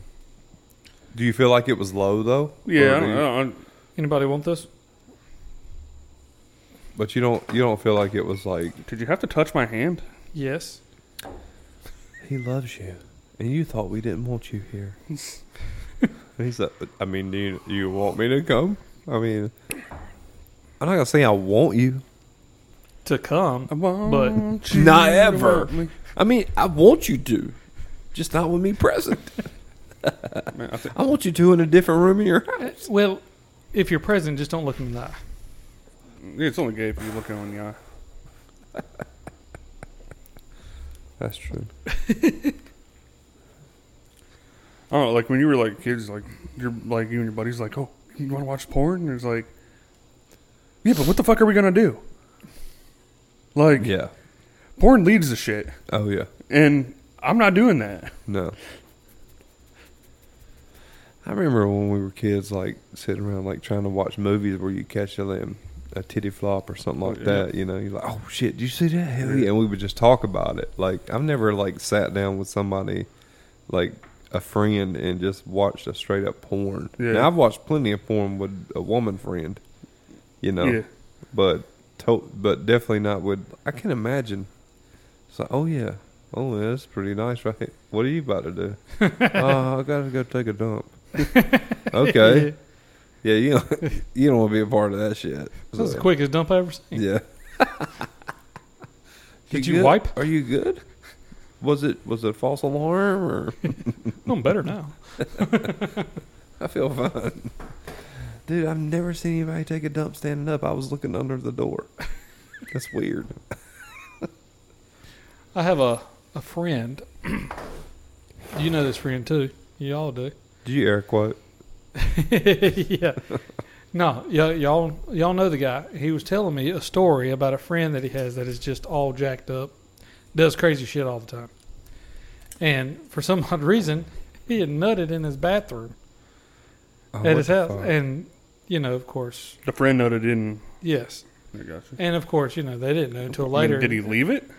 Do you feel like it was low though? Yeah, Or do I don't, you- I don't- Anybody want this? but you don't you don't feel like it was like did you have to touch my hand? Yes. he loves you, and you thought we didn't want you here. And he's like, I mean, do you, you want me to come? I mean, I'm not gonna say I want you. To come. Um, I want But- you Not to ever. want me. I mean, I want you to, just not with me present. Man, I think- I want you to in a different room in your house. Eh, Well, if you're present, just don't look him in the eye. it's only gay if you look on the eye. That's true. I don't know, like when you were like kids, like you're like you and your buddies, like, oh, you want to watch porn? And it's like, yeah, but what the fuck are we gonna do? Like, Yeah. porn leads to shit, Oh yeah. and I'm not doing that. No. I remember when we were kids, like sitting around, like trying to watch movies where you catch a limb, a titty flop or something Oh, like yeah. that. You know, you're like, oh shit, did you see that? Hell yeah! And we would just talk about it. Like I've never like sat down with somebody, like a friend, and just watched a straight up porn. Yeah. Now I've watched plenty of porn with a woman friend. You know, Yeah. but to- but definitely not with. I can imagine. It's like, oh yeah, oh yeah, that's pretty nice, right? What are you about to do? oh, I gotta go take a dump. okay, yeah, you don't, you don't want to be a part of that shit. This is So, the quickest dump I ever seen. Yeah. Did you good? wipe? Are you good? Was it was it a false alarm or? I'm better now. I feel fine. Dude, I've never seen anybody take a dump standing up. I was looking under the door. That's weird. I have a, a friend. you know this friend too. You all do. Did you air quote? yeah. No, y- y'all y'all know the guy. He was telling me a story about a friend that he has that is just all jacked up, does crazy shit all the time, and for some odd reason, he had nutted in his bathroom Oh, at what his the house, fuck? and you know, of course, The friend noted in. yes, I got you. and of course, you know, they didn't know until later. Did he leave it?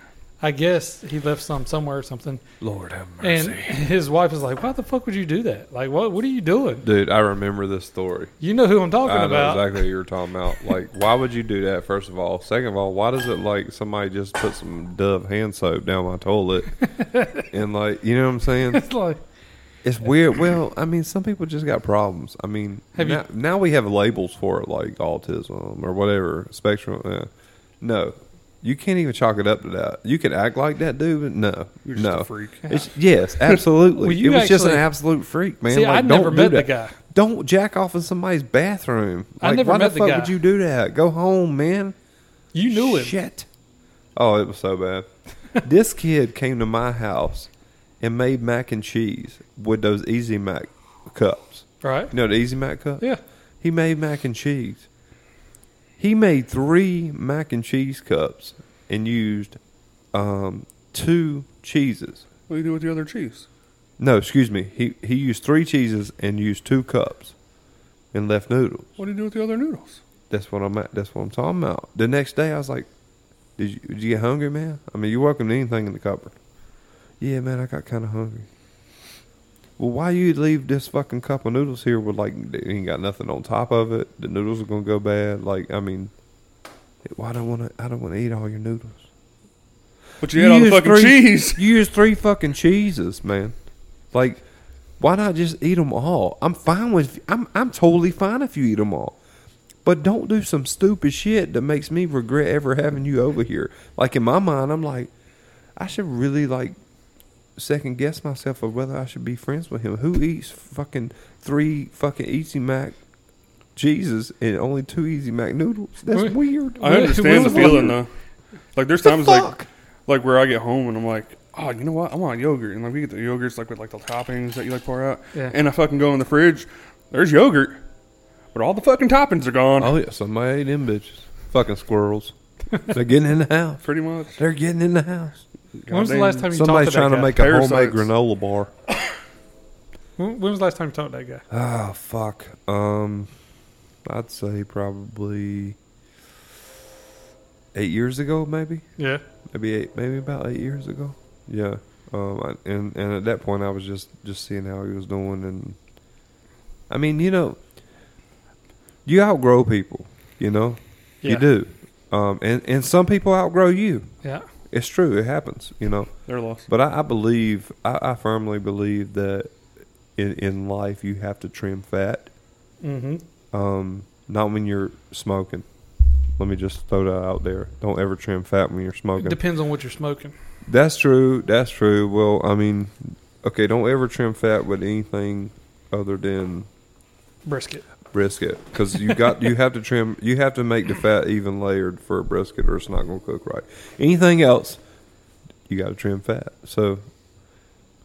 I guess he left some somewhere or something. Lord have And mercy. his wife was like, "Why the fuck would you do that? Like, what? What are you doing? Dude, I remember this story. You know who I'm talking I know about? exactly what you were talking about. Like, why would you do that? First of all, second of all, why does it like somebody just put some Dove hand soap down my toilet and like, you know what I'm saying? It's like, It's weird. Well, I mean, some people just got problems. I mean, Have you- now, now we have labels for it, like autism or whatever spectrum. Yeah. No, you can't even chalk it up to that. You can act like that dude, but no, You're just no. a freak. It's, yes, absolutely. Well, it you was just an actually- absolute freak, man. see, like, I never don't met do the that. guy. Don't jack off in somebody's bathroom. I Like, never why met the the fuck guy. would you do that? Go home, man. You knew him. Shit. Oh, it was so bad. this kid came to my house and made mac and cheese with those Easy Mac cups. right? You know the Easy Mac cup? Yeah. He made mac and cheese. He made three mac and cheese cups and used um, two cheeses. What do you do with the other cheese? No, excuse me. He he used three cheeses and used two cups and left noodles. What do you do with the other noodles? That's what I'm at. That's what I'm talking about. The next day, I was like, "Did you, did you get hungry, man? I mean, you're welcome to anything in the cupboard." Yeah, man, I got kind of hungry. Well, why you leave this fucking cup of noodles here with like it ain't got nothing on top of it? The noodles are gonna go bad. Like, I mean, why don't want to? I don't want to eat all your noodles. But you had all the used fucking three- cheese. You use three fucking cheeses, man. Like, why not just eat them all? I'm fine with. I'm I'm totally fine if you eat them all, but don't do some stupid shit that makes me regret ever having you over here. Like in my mind, I'm like, I should really like second guess myself of whether I should be friends with him. Who eats fucking three fucking Easy Mac cheeses and only two Easy Mac noodles? That's Wait. weird. I Wait, understand the what- feeling though. Like there's times like Fuck. like where I get home and I'm like, oh, you know what? I want yogurt, and like we get the yogurts like with like the toppings that you like pour out, Yeah. and I fucking go in the fridge. There's yogurt, but all the fucking toppings are gone. Oh yeah, somebody ate them bitches. Fucking squirrels. They're getting in the house. Pretty much. They're getting in the house. When was the Goddamn. last time you Somebody's talked to trying that to guy? make a homemade Parasites. granola bar. When when was the last time you talked to that guy? Oh fuck. Um, I'd say probably eight years ago, maybe, Yeah. maybe eight, maybe about eight years ago. Yeah. Um, I, and and at that point, I was just just seeing how he was doing, and I mean, you know, you outgrow people, you know, yeah. you do, um, and and some people outgrow you. Yeah. It's true. It happens, you know. They're lost. But I, I believe, I, I firmly believe that in, in life you have to trim fat. Mm-hmm. Um, not when you're smoking. Let me just throw that out there. Don't ever trim fat when you're smoking. Depends on what you're smoking. That's true. That's true. Well, I mean, okay, don't ever trim fat with anything other than Brisket. brisket because you got you have to trim you have to make the fat even layered for a brisket or it's not going to cook right anything else you got to trim fat so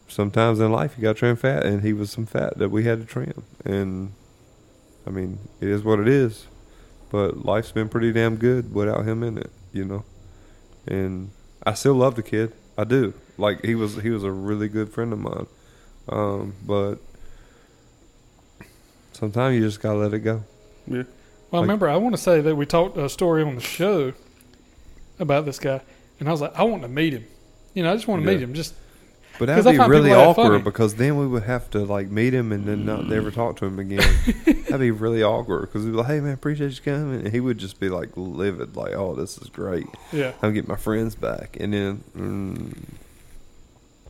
sometimes in life you got to trim fat and he was some fat that we had to trim and i mean it is what it is but life's been pretty damn good without him in it you know and i still love the kid i do like he was he was a really good friend of mine um but sometimes you just gotta let it go Yeah. Well, I Like- remember, I want to say that we talked a story on the show about this guy, and I was like, I want to meet him. You know, I just want to Yeah. meet him. Just But 'Cause that'd I be find people really like that awkward funny. because then we would have to like meet him and then not ever talk to him again. that'd be really awkward because he'd be like, "Hey man, appreciate you coming," and he would just be like livid, like, "Oh, this is great. yeah, I'm getting my friends back," and then mm,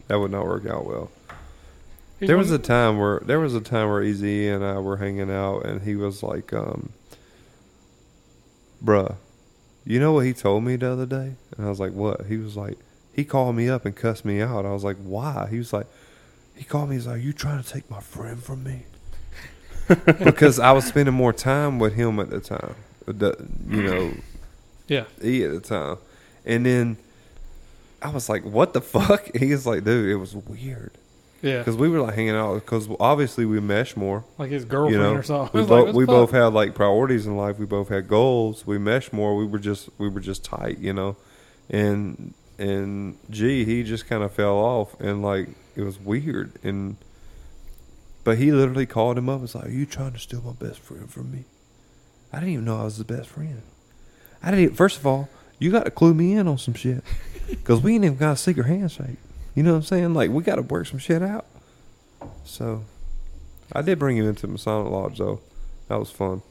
that would not work out well. He's There was a one- time where there was a time where Easy and I were hanging out, and he was like, um, "Bruh, you know what he told me the other day?" And I was like, "What?" He was like, "He called me up and cussed me out." I was like, "Why?" He was like, "He called me. He's like, you trying to take my friend from me?" because I was spending more time with him at the time, the, you know, yeah. E at the time, and then I was like, "What the fuck?" He was like, "Dude, it was weird." Yeah, Because we were like hanging out because obviously we mesh more. like his girlfriend you know, or something. we, I was both like, we what the both fuck? had like priorities in life. We both had goals. We mesh more. We were just we were just tight, you know. And and G, he just kind of fell off, and like it was weird. And but he literally called him up. and was like, "Are you trying to steal my best friend from me?" I didn't even know I was the best friend. I didn't. First of all, you got to clue me in on some shit. because we ain't even got a secret handshake. You know what I'm saying? Like we got to work some shit out. So, I did bring him into Masonic Lodge though. That was fun.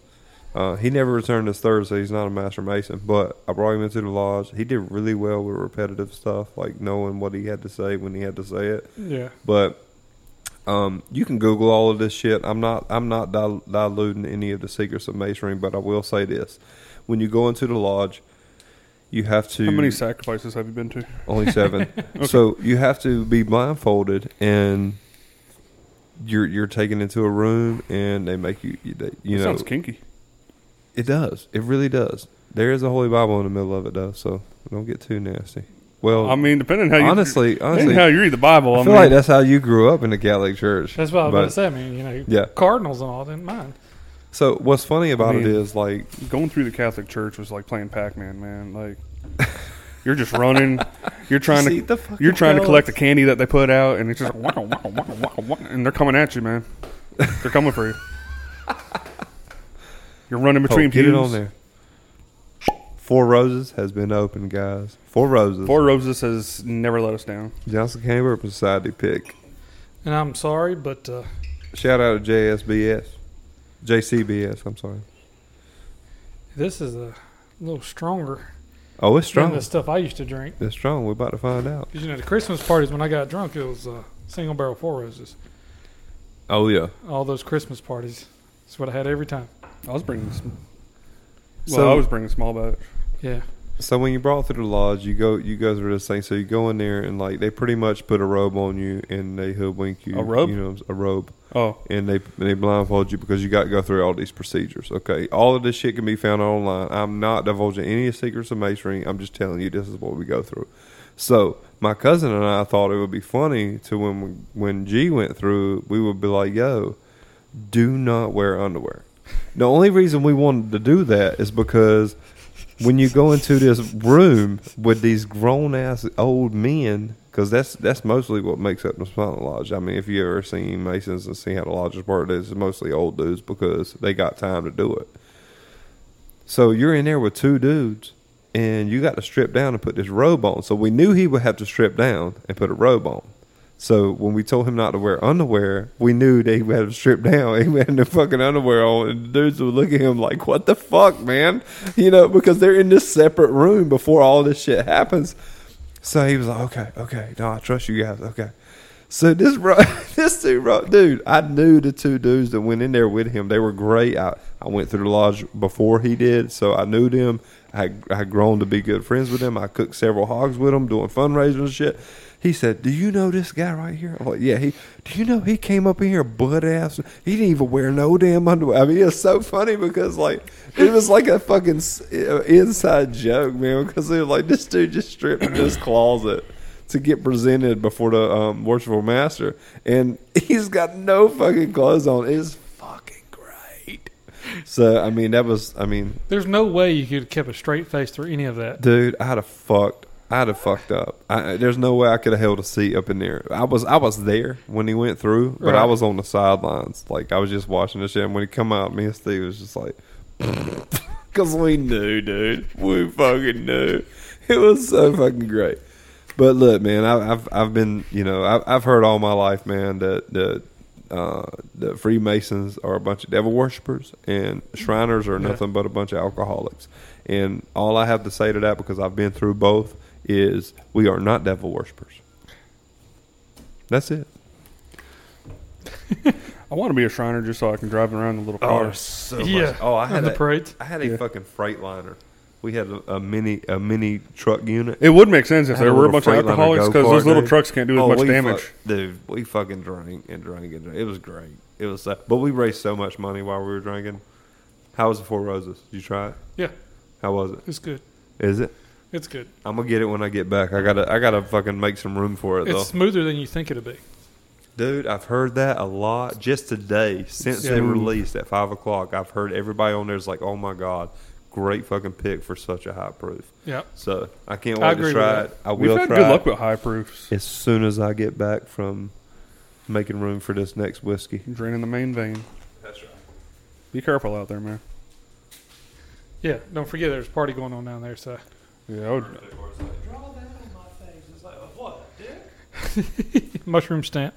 Uh, he never returned his third, so he's not a master mason. But I brought him into the lodge. He did really well with repetitive stuff, like knowing what he had to say when he had to say it. Yeah. But um, you can Google all of this shit. I'm not I'm not dil- diluting any of the secrets of masonry, but I will say this: when you go into the lodge, you have to How many sacrifices have you been to? only seven. So you have to be blindfolded, and you're you're taken into a room, and they make you you, they, you That know sounds kinky. it does it really does. There is a holy Bible in the middle of it though, so don't get too nasty. Well, I mean, depending how you honestly, depending honestly, how you read the Bible, I I, feel mean, like that's how you grew up in the Catholic Church. That's what I was But- about to say. I mean, you know, Yeah. Cardinals and all didn't mind. So what's funny about mean- it is like going through the Catholic Church was like playing Pac-Man, man. Like you're just running, you're trying to the fucking you're trying to balance. collect the candy that they put out, and it's just like, wah, wah, wah, wah, wah, and they're coming at you, man. They're coming for you. You're running Oh, between get it on pews. there. Four Roses has been opened, guys. Four Roses. Four Roses has never let us down. Johnson Camber Society pick. And I'm sorry, but uh, Shout out to JSBS, JCBS. I'm sorry. this is a little stronger Oh, it's than strong. the stuff I used to drink. It's strong. We're about to find out. Because, you know, the Christmas parties when I got drunk, it was uh, single barrel four roses. Oh yeah. All those Christmas parties. That's what I had every time. I was bringing. Some, well, So- I was bringing small batch. Yeah. So when you brought through the lodge, you go you go through this thing. So you go in there and like they pretty much put a robe on you and they hoodwink you. A robe? You know, a robe. Oh, and they they blindfold you because you got to go through all these procedures. Okay, all of this shit can be found online. I'm not divulging any secrets of masonry. I'm just telling you this is what we go through. So my cousin and I thought it would be funny to when we, when G went through, we would be like, "Yo, do not wear underwear." The only reason we wanted to do that is because when you go into this room with these grown ass old men, because that's that's mostly what makes up the Masonic Lodge. I mean, if you ever seen Masons and seen how the lodges work, it's mostly old dudes because they got time to do it. So you're in there with two dudes, and you got to strip down and put this robe on. So we knew he would have to strip down and put a robe on. So when we told him not to wear underwear, we knew that he would have to strip down. He had the fucking underwear on, and the dudes would look at him like, "What the fuck, man?" You know, because they're in this separate room before all this shit happens. So he was like, "Okay, okay, no, I trust you guys. Okay." So this bro, this dude, bro, dude, I knew the two dudes that went in there with him. They were great. I, I went through the lodge before he did, so I knew them. I I had grown to be good friends with them. I cooked several hogs with them, doing fundraisers and shit. He said, "Do you know this guy right here?" I'm like, "Yeah." He, do you know he came up in here butt ass? He didn't even wear no damn underwear. I mean, it's so funny because like it was like a fucking s- uh, inside joke, man. Because they were like, this dude just stripped in his closet to get presented before the um, worshipful master, and he's got no fucking clothes on. It's fucking great. So I mean, that was I mean, There's no way you could have kept a straight face through any of that. dude, I'd have fucked, I'd have fucked up. I, there's no way I could have held a seat up in there. I was I was there when he went through, but I Right. was on the sidelines, like I was just watching the shit. And when he come out, me and Steve was just like, because we knew, dude, we fucking knew. It was so fucking great. But look, man, I, I've I've been you know I've, I've heard all my life, man, that that uh, the Freemasons are a bunch of devil worshippers and Shriners are Yeah. nothing but a bunch of alcoholics. And all I have to say to that, because I've been through both, is we are not devil worshippers. That's it. I want to be a Shriner just so I can drive around in a Oh, little car. so yeah. Oh, I on had the a- parade. I had Oh, Yeah. a fucking Freightliner. We had a, a mini a mini truck unit. It would make sense if Had a there were a little bunch of Freightliner alcoholics because those go-kart, little dude. trucks can't do as Oh, much we damage. fuck- dude, we fucking drank and drank and drank. It was great. It was, so, but we raised so much money while we were drinking. How was the Four Roses? Did you try it? Yeah, How was it? it's good. Is it? It's good. I'm gonna get it when I get back. I gotta, I gotta fucking make some room for it It's smoother than you think it'd be. though, dude. I've heard that a lot just today since Yeah. it released at five o'clock. I've heard everybody on there's like, oh my god, great fucking pick for such a high proof. Yeah. So I can't I wait to agree try with it. I We've will had try. good luck it. with high proofs. as soon as I get back from making room for this next whiskey. Draining the main vein. That's right. Be careful out there, man. Yeah. Don't forget there's a party going on down there, so Yeah, I would, Mushroom stamp.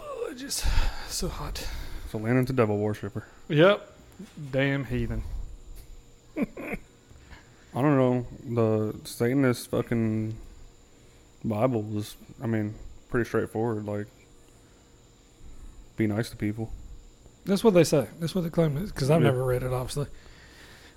oh, just so hot. So Lannon's a devil worshiper. Yep. Damn heathen. I don't know. The Satanist fucking Bible was, I mean, pretty straightforward. Like, be nice to people. That's what they say. That's what they claim. Because I've Yeah. never read it, obviously.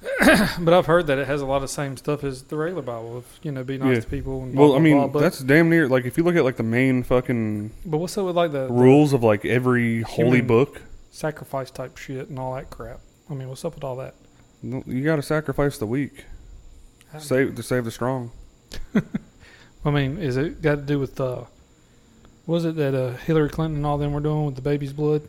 but I've heard that it has a lot of the same stuff as the regular Bible of, you know, be nice Yeah. to people. And blah, Well, blah, I mean, blah, but, that's damn near like if you look at like the main fucking but what's up with like the, the rules of like every holy Human- book. sacrifice type shit and all that crap? I mean, what's up with all that? No, You got to sacrifice the weak, I- save to save the strong. I mean, is it got to do with uh, was it that uh, Hillary Clinton and all them were doing with the baby's blood,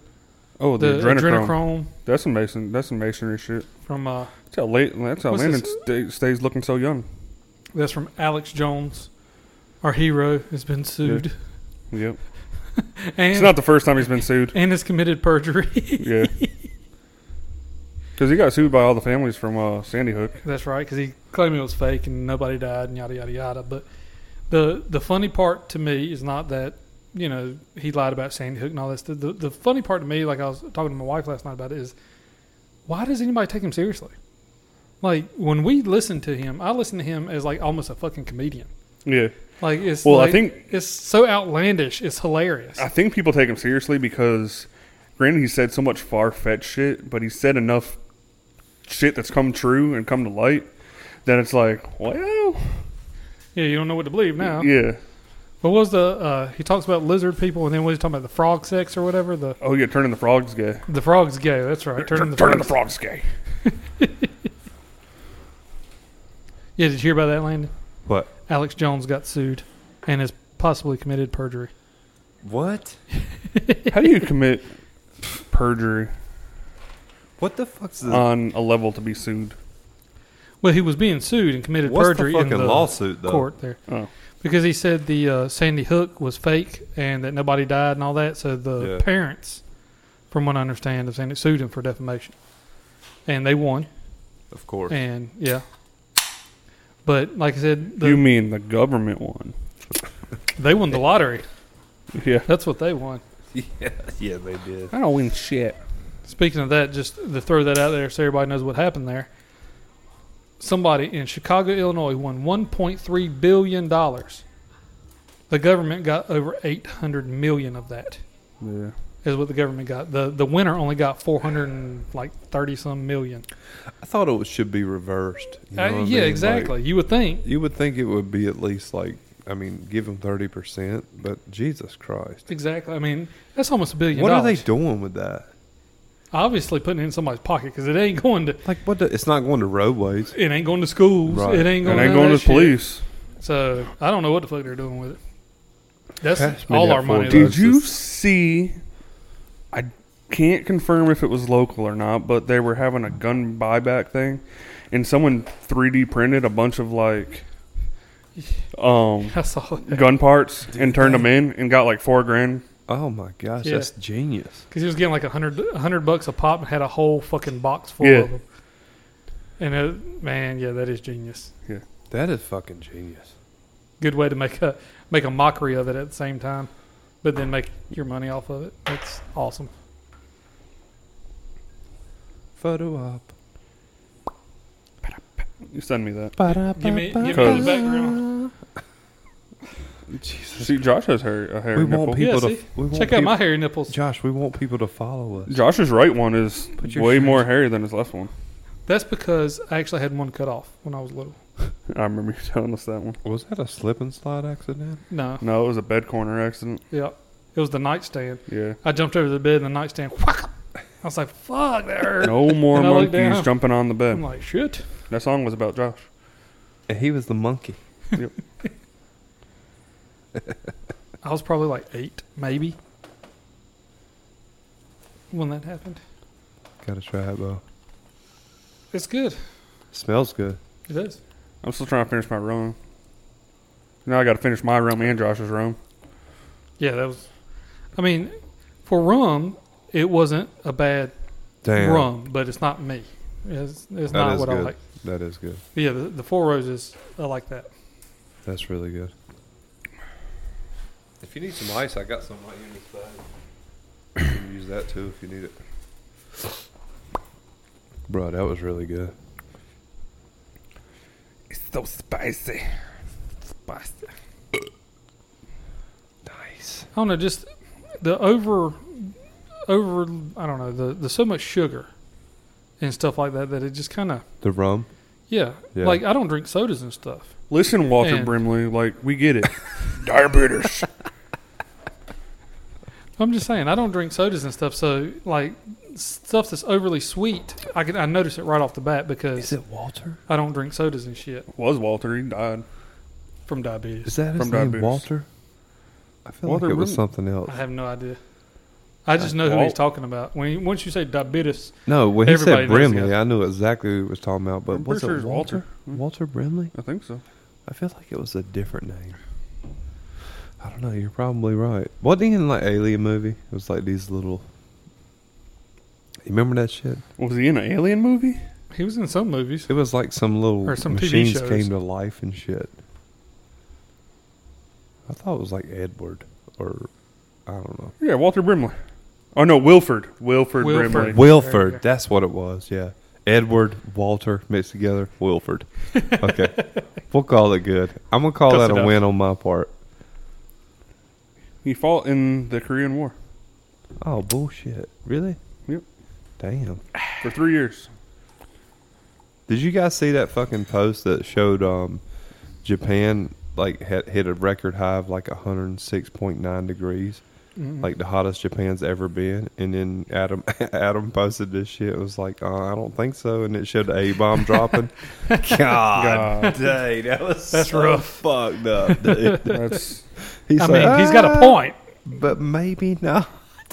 Oh, the, the adrenochrome. adrenochrome, That's some mason. That's some masonry shit. from uh, That's how late. That's how What's Landon this? sta- stays looking so young. that's from Alex Jones, our hero has been sued Yep. It's and not the first time he's been sued. and has committed perjury. Yeah. Because he got sued by all the families from uh, Sandy Hook. that's right, because he claimed it was fake and nobody died and yada yada yada. But the the funny part to me is not that you know he lied about Sandy Hook and all this. The the, the funny part to me, like I was talking to my wife last night about it, is why does anybody take him seriously? Like when we listen to him, I listen to him as like almost a fucking comedian. Yeah. Like it's Well, I like- think it's so outlandish. It's hilarious. I think people take him seriously because, granted, he said so much far fetched shit, but he said enough shit that's come true and come to light that it's like, well, yeah, you don't know what to believe now. yeah. What was the? Uh, he talks about lizard people, and then what he's talking about the frog sex or whatever. The Oh yeah, turning the frogs gay. the frog's gay. That's right. Turning the turning frog. the frogs gay. Yeah, did you hear about that, Landon? What? Alex Jones got sued, and has possibly committed perjury. What? How do you commit perjury What the fuck's Uh, this? on a level to be sued? Well, he was being sued and committed What's the perjury fucking in the lawsuit though? court there Oh, because he said the uh, Sandy Hook was fake and that nobody died and all that. So the Yeah. parents, from what I understand, have Sandy sued him for defamation, and they won. Of course. And yeah. But like I said, the, you mean the government one? they won the lottery. Yeah, That's what they won. yeah, yeah, they did. I don't win shit. Speaking of that, just to throw that out there so everybody knows what happened there. Somebody in Chicago, Illinois won $1.3 billion. The government got over 800 million of that. Yeah, Is what the government got. The the winner only got 400 and like 30 some million. I thought it was- should be reversed. you know Uh, what I yeah, mean? Like, exactly. you would think. you would think it would be at least like, I mean, give them thirty percent, but Jesus Christ, Exactly. I mean, that's almost a billion what are they dollars. doing with that? Obviously putting it in somebody's pocket because it ain't going to Like, what? The, it's not going to roadways. It ain't going to schools. Right. It ain't and going. ain't none going of to that the shit. police. So I don't know what the fuck they're doing with it. That's Pass me all that our money. forty. though. Did That's you just- see? I can't confirm if it was local or not, but they were having a gun buyback thing, and someone 3D printed a bunch of like, um, I saw that gun parts and turned them in and got like four grand. Oh my gosh, Yeah. that's genius. because he was getting like a hundred, a hundred bucks a pop and had a whole fucking box full Yeah. of them. And it, man, yeah, that is genius. That is fucking genius. Good way to make a make a mockery of it at the same time, but then make your money off of it. That's awesome. Photo op. You send me that. Give me, give me the Cause- background. Jesus. See, Josh has hair. A hair We nipple. want people Yeah, to see? we want Check out peop- my hairy nipples. Josh. We want people to follow us. Josh's right one is Put your way shirt- more hairy than his left one. That's because I actually had one cut off when I was little. I remember you telling us that one. Was that a slip and slide accident? No, No, it was a bed corner accident. yeah, it was the nightstand. Yeah. I jumped over the bed and the nightstand. Whack, I was like, "Fuck that hurt." No more And I looked monkeys down. jumping on the I'm bed. like, "Shit." That song was about Josh. And he was the monkey. I was probably like eight, maybe, when that happened. Gotta try it though. It's good. Smells good. It is. I'm still trying to finish my room. Now I got to finish my room and Josh's room. Yeah, that was. I mean, for rum, it wasn't a bad Damn. rum, but it's not me. It's, it's That not is what I good. like. That is good. But yeah, the, the four roses, I like that. That's really good. If you need some ice, I got some right here in this bag. You can use that too if you need it. Bro, that was really good. It's so spicy. Spicy. Nice. I don't know, just the over, over. I don't know. The there's so much sugar and stuff like that that it just kind of The rum. yeah, Yeah. Like I don't drink sodas and stuff. Listen, Walter And- Brimley, like we get it. Diabetes. I'm just saying I don't drink sodas and stuff. So like stuff that's overly sweet, I can I notice it right off the bat because it Walter? I don't drink sodas and shit Was Walter? He died. from diabetes. Is that his From name, diabetes. Walter? I feel Walter like it was Rum- something else. I have no idea. I just know who Walt- he's talking about. When you- once you say diabetes, No, when he Everybody said knows the Brimley, I knew exactly who he was talking about. But I'm was pretty sure it it's Walter. Walter? Hmm. Mm. Walter Brimley? I think so. I feel like it was a different name. I don't know. You're probably right. Wasn't he in like Alien movie? It was like these little. You remember that shit? Was he in an alien movie? he was in some movies. It was like some little Or some TV machines shows. came to life and shit. I thought it was like Edward or I don't know. Yeah, Walter Brimley. Oh no, Wilford. Wilford, Wilford. Brimley. There we go. Wilford, that's what it was. Yeah, Edward Walter mixed together. Wilford. Okay, we'll call it good. I'm gonna call Cuss that it a out. win on my part. He fought in the Korean War Oh bullshit! Really? Yep. Damn. for three years. Did you guys see that fucking post that showed um, Japan like had hit a record high of like 106.9 degrees, Mm. like the hottest Japan's ever been? And then Adam Adam posted this shit. It was like, uh, I don't think so, and it showed the a bomb dropping. God, God. dang, that was That's so rough. fucked up. Dude. That's He's I like, mean, he's got a "Ah, point. but maybe not.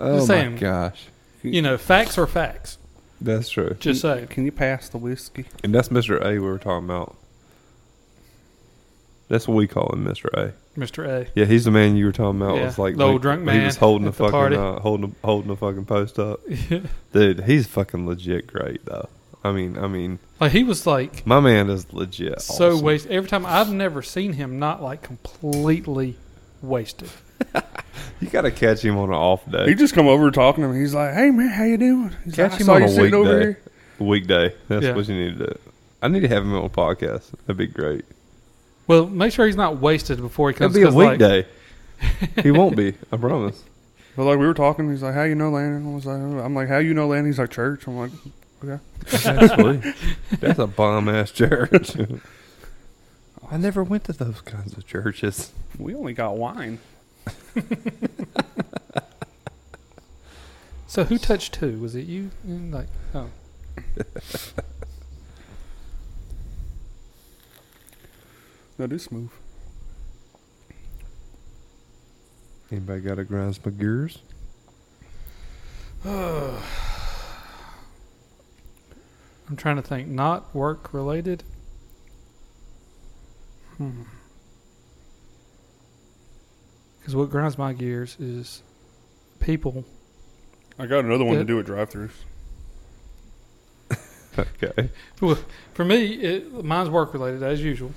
Oh Just saying. my gosh, You know, facts are facts. that's true. Just say. Can you pass the whiskey? And that's Mr. A we were talking about. That's what we call him, Mr. A. Mr. A. Yeah, he's the man you were talking about. Yeah, was like the old like, drunk He man was holding at the fucking party. uh, holding a, holding a fucking post up. Dude, he's fucking legit great though. I mean, I mean, like he was like my man is legit. so awesome. wasted. Every time I've never seen him not like completely wasted. You got to catch him on an off He day, just come over talking to me. He's like, "Hey man, how you doing?" He's Catch like, him I saw on you a sitting over weekday. here. weekday. That's Yeah. what you need to do. I need to have him on a podcast. That'd be great. Well, make sure he's not wasted before he It'd comes. be a 'cause, like, weekday. he won't be. I promise. But like we were talking, he's like, "How you know Landon?" I was like, "I'm like, how you know Landon?" He's like, "Church." I'm like, "Okay." Absolutely. That's a bomb ass church. I never went to those kinds of churches. We only got wine. so who touched who? Was it you? And, Like oh, That is smooth. Anybody got a grinds my gears? I'm trying to think. Not work related. Hmm. Because what grinds my gears is people. I got another one Yeah. to do at drive-throughs. Okay. Well, For me, it, mine's work related as usual.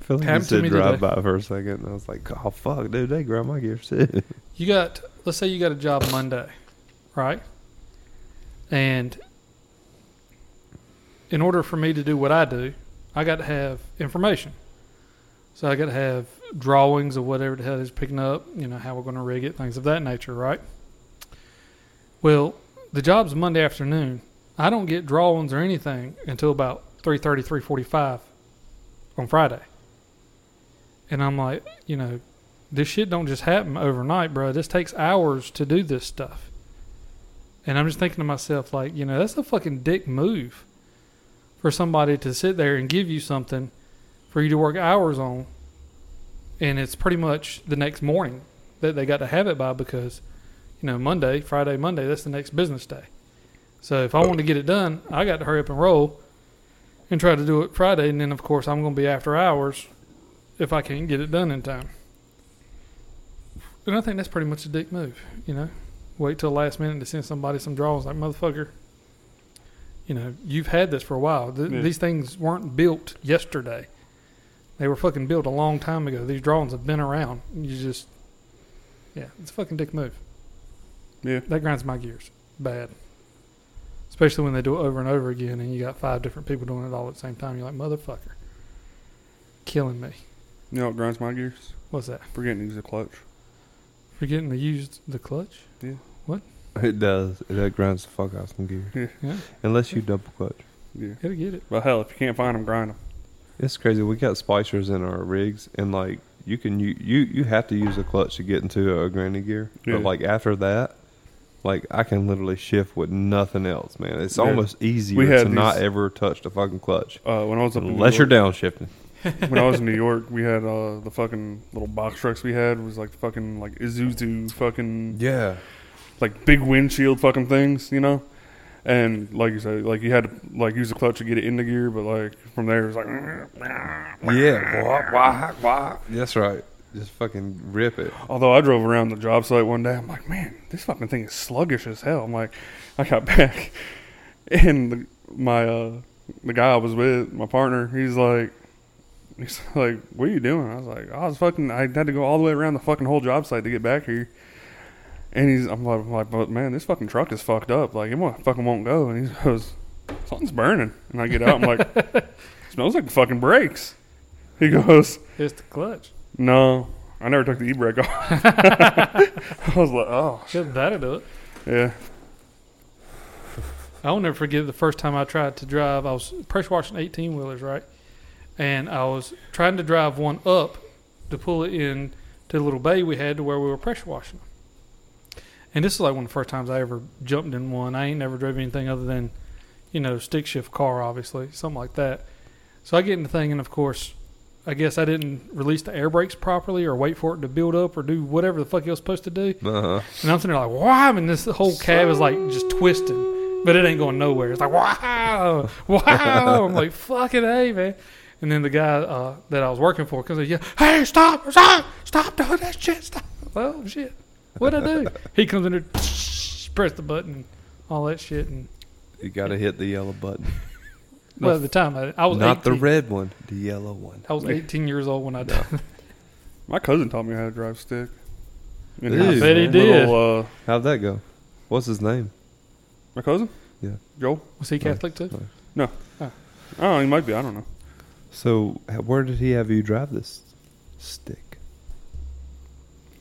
I feel like you Happened to said me drive today. by for a second, and I was like, oh, fuck, dude, they grind my gears too. You got, let's say you got a job Monday, right? And in order for me to do what I do, I got to have information. So I got to have drawings of whatever the hell is picking up, you know, how we're going to rig it, things of that nature, right? Well, the job's Monday afternoon. I don't get drawings or anything until about 3.30, 3.45 on Friday. And I'm like, you know, this shit don't just happen overnight, bro. This takes hours to do this stuff. And I'm just thinking to myself, like, you know, that's a fucking dick move for somebody to sit there and give you something for you to work hours on. And it's pretty much the next morning that they got to have it by because, you know, Monday, Friday, Monday, that's the next business day. So if I want to get it done, I got to hurry up and roll and try to do it Friday. And then, of course, I'm going to be after hours if I can't get it done in time. And I think that's pretty much a dick move, you know. Wait till the last minute to send somebody some drawings, like motherfucker. you know, you've had this for a while. Th- Yeah. These things weren't built yesterday. They were fucking built a long time ago. These drawings have been around. You just, yeah, it's a fucking dick move. Yeah. That grinds my gears bad. Especially when they do it over and over again and you got five different people doing it all at the same time. You're like, motherfucker, killing me. You know what grinds my gears? What's that? Forgetting to use a clutch. Forgetting to use the clutch? It does. That grinds the fuck out some gear. Yeah, Unless you double clutch. Yeah. gotta get it. But hell, if you can't find them, grind them. It's crazy. We got spicers in our rigs, and like you can you you, you have to use a clutch to get into a granny gear. Yeah. But like after that, like I can literally shift with nothing else, man. It's Yeah. almost easier We to had not these- ever touch the fucking clutch Uh, when I was up in New unless you're York- downshifting. when I was in New York, we had uh, the fucking little box trucks we had was like the fucking like Isuzu fucking Yeah, like big windshield fucking things, you know. And like you said, like you had to like use the clutch to get it into gear, but like from there it was like yeah. Wah, wah, wah. That's right. Just fucking rip it. Although I drove around the job site one day, I'm like, man, this fucking thing is sluggish as hell. I'm like, I got back, and the, my uh, the guy I was with, my partner, he's like, he's like, what are you doing? I was like, I was fucking, I had to go all the way around the fucking whole job site to get back here. And he's, I'm like, I'm like, but man, this fucking truck is fucked up. Like, it won't, fucking won't go. And he goes, something's burning. And I get out, I'm like, smells like the fucking brakes. He goes, It's the clutch. no, I never took the e brake off. I was like, oh, Yeah, that'll do it. yeah. I'll never forget the first time I tried to drive. I was pressure washing 18 wheelers, right? And I was trying to drive one up to pull it in to the little bay we had to where we were pressure washing. And this is like one of the first times I ever jumped in one. I ain't never drove anything other than, you know, stick shift car, obviously, something like that. So I get in the thing, and of course, I guess I didn't release the air brakes properly or wait for it to build up or do whatever the fuck you're supposed to do. Uh huh. And I'm sitting there like, wow. And this whole cab is like just twisting, but it ain't going nowhere. It's like, wow, wow. I'm like, fucking A, man. And then the guy uh, that I was working for comes in, yeah, hey, stop, stop, stop doing that shit. Stop. Well, shit. What'd I do? he comes in there, press the button, and all that shit. And You got to hit the yellow button, well, at the time, I, I was not 18, the red one, the yellow one. I was 18 years old when I did. My cousin taught me how to drive stick. And Ew, I bet he did. Little, uh, How'd that go? What's his name? my cousin? Yeah. Joel? Was he Catholic too? I don't know. He might be. I don't know. So h- where did he have you drive this stick?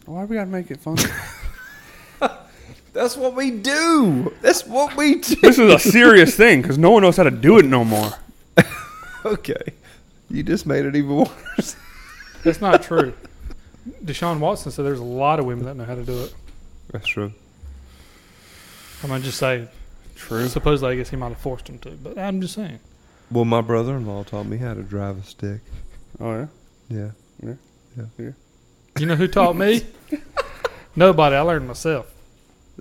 Why do we gotta make it fun? That's what we do. That's what we do. this is a serious thing because no one knows how to do it no more. Okay. You just made it even worse. That's not true. Deshaun Watson said there's a lot of women that know how to do it. That's true. I'm going to just say True. Supposedly, I guess he might have forced him to, but I'm just saying. Well, my brother in law taught me how to drive a stick. Oh yeah. Yeah. You know who taught me? Nobody. I learned myself.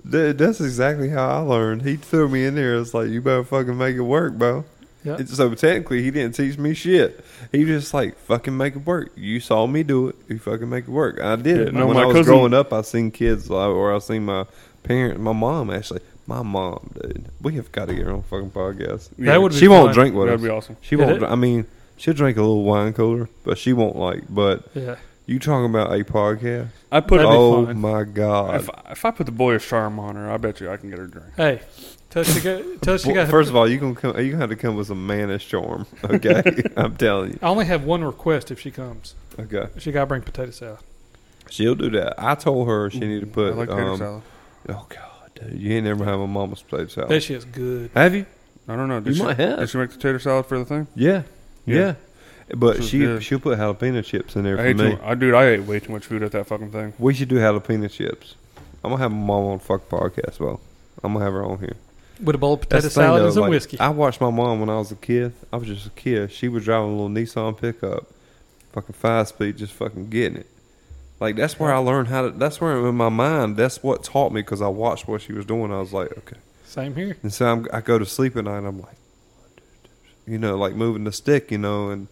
Th- that's exactly how I learned. He threw me in there. It's like, you better fucking make it work, bro. Yeah. It's- So technically, he didn't teach me shit. He just like, fucking make it work. You saw me do it. You fucking make it work. I did it. Yeah, no, when my I was cousin- growing up, I seen kids, like, or I seen my parent, my mom actually. My mom, dude. We have got to get her on fucking podcast. That would be She won't fun. drink with That'd us. be awesome. She Is won't. it? dr- I mean, she'll drink a little wine cooler, but she won't like. But Yeah. you talking about a podcast? I put. That'd be oh fun. my god! If, if I put the boyish charm on her, I bet you I can get her to drink. Hey, touch the go- touch the Well, guy. first of all, you gonna come. You gonna have to come with some manish charm. Okay, I'm telling you. I only have one request if she comes. Okay, She got to bring potato salad. she'll do that. I told her she needed to put. I like potato um, salad. oh god, dude, you ain't never had my mama's potato salad. That shit's good. have you? I don't know. you Did she, might have. did she make the tater salad for the thing? Yeah, yeah. Yeah. But This is she good. she'll put jalapeno chips in there I for ate me. too, I dude, I ate way too much food at that fucking thing. We should do jalapeno chips. I'm gonna have my mom on the fuck podcast. Well, I'm gonna have her on here. With a bowl of That's potato the thing, salad though, and some like, whiskey. I watched my mom when I was a kid. I was just a kid. She was driving a little Nissan pickup, fucking five speed, just fucking getting it. Like that's where I learned how to. That's where in my mind, that's what taught me because I watched what she was doing. I was like, okay. Same here. And so I'm, I go to sleep at night. and I'm like, you know, like moving the stick, you know, and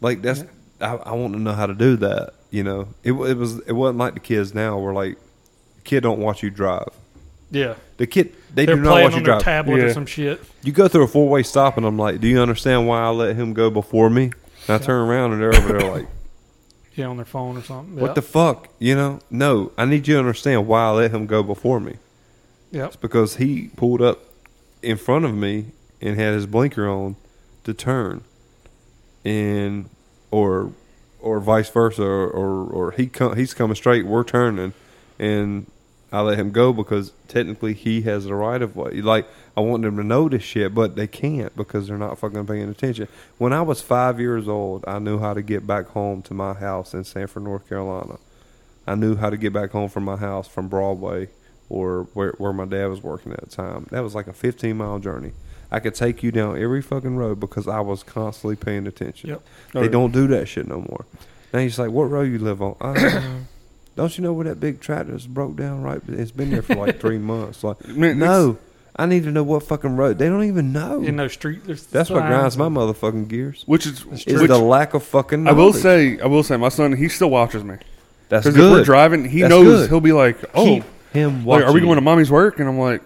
like that's. I, I want to know how to do that. You know, it wa- it was it wasn't like the kids now. Where like, kid don't watch you drive. Yeah, The kid, they are do not playing want on you their driving. tablet or Yeah. some shit. you go through a four way stop, and I'm like, "Do you understand why I let him go before me?" And I turn around, and they're over there like, Yeah, on their phone or something. "What the fuck?" You know? No, I need you to understand why I let him go before me. yep. It's because he pulled up in front of me and had his blinker on to turn, and or or vice versa, or or, or he come, he's coming straight, we're turning, and I let him go because technically he has the right of way. Like I want them to know this shit, but they can't because they're not fucking paying attention. When I was five years old, I knew how to get back home to my house in Sanford, North Carolina. I knew how to get back home from my house from Broadway or where, where my dad was working at the time. That was like a 15 mile journey. I could take you down every fucking road because I was constantly paying attention. Yep. They Alright. don't do that shit no more. Now he's like, "What road you live on?" "Uh, don't you know where that big tractor's broke down? Right, it's been there for like three months. Like, Man, it's- no, I need to know what fucking road. They don't even know. In no street. There's That's what signs grinds my and- motherfucking gears. Which is It's Is which, the lack of fucking. I Knowledge. will say I will say my son he still watches me that's because good. if we're driving he That's knows good. he'll be like oh Keep him like, watching. are we going to mommy's work and I'm like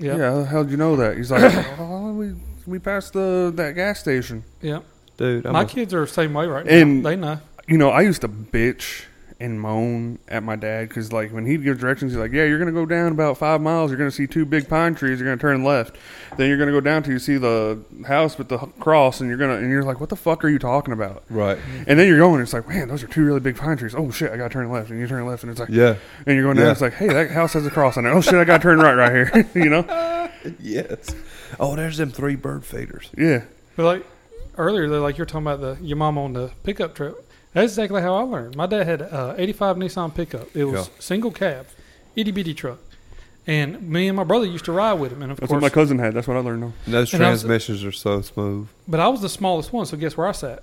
Yep. yeah how'd you know that he's like oh, we we passed the that gas station Yep. dude? I'm My a- kids are the same way right now. And- they know. you know, I used to bitch and moan at my dad because, like, when he'd give directions, he's like, "Yeah, you're gonna go down about five miles. You're gonna see two big pine trees. You're gonna turn left. Then you're gonna go down till you see the house with the h- cross, and you're gonna and you're like, what the fuck are you talking about? right. And then you're going, and it's like, man, those are two really big pine trees. Oh shit, I gotta turn left, and you turn left, and it's like, Yeah. and you're going down. Yeah. It's like, hey, that house has a cross on it. Oh shit, I gotta turn right right here. you know? yes. Oh, there's them three bird feeders. Yeah. But like earlier, though, like you're talking about the your mom on the pickup trip. That's exactly how I learned. My dad had a 85 Nissan pickup. It was Yeah. single cab, itty bitty truck, and me and my brother used to ride with him. And of That's what course, my cousin had. That's what I learned. Though. Those And I was- transmissions are so smooth, but I was the smallest one, so guess where I sat?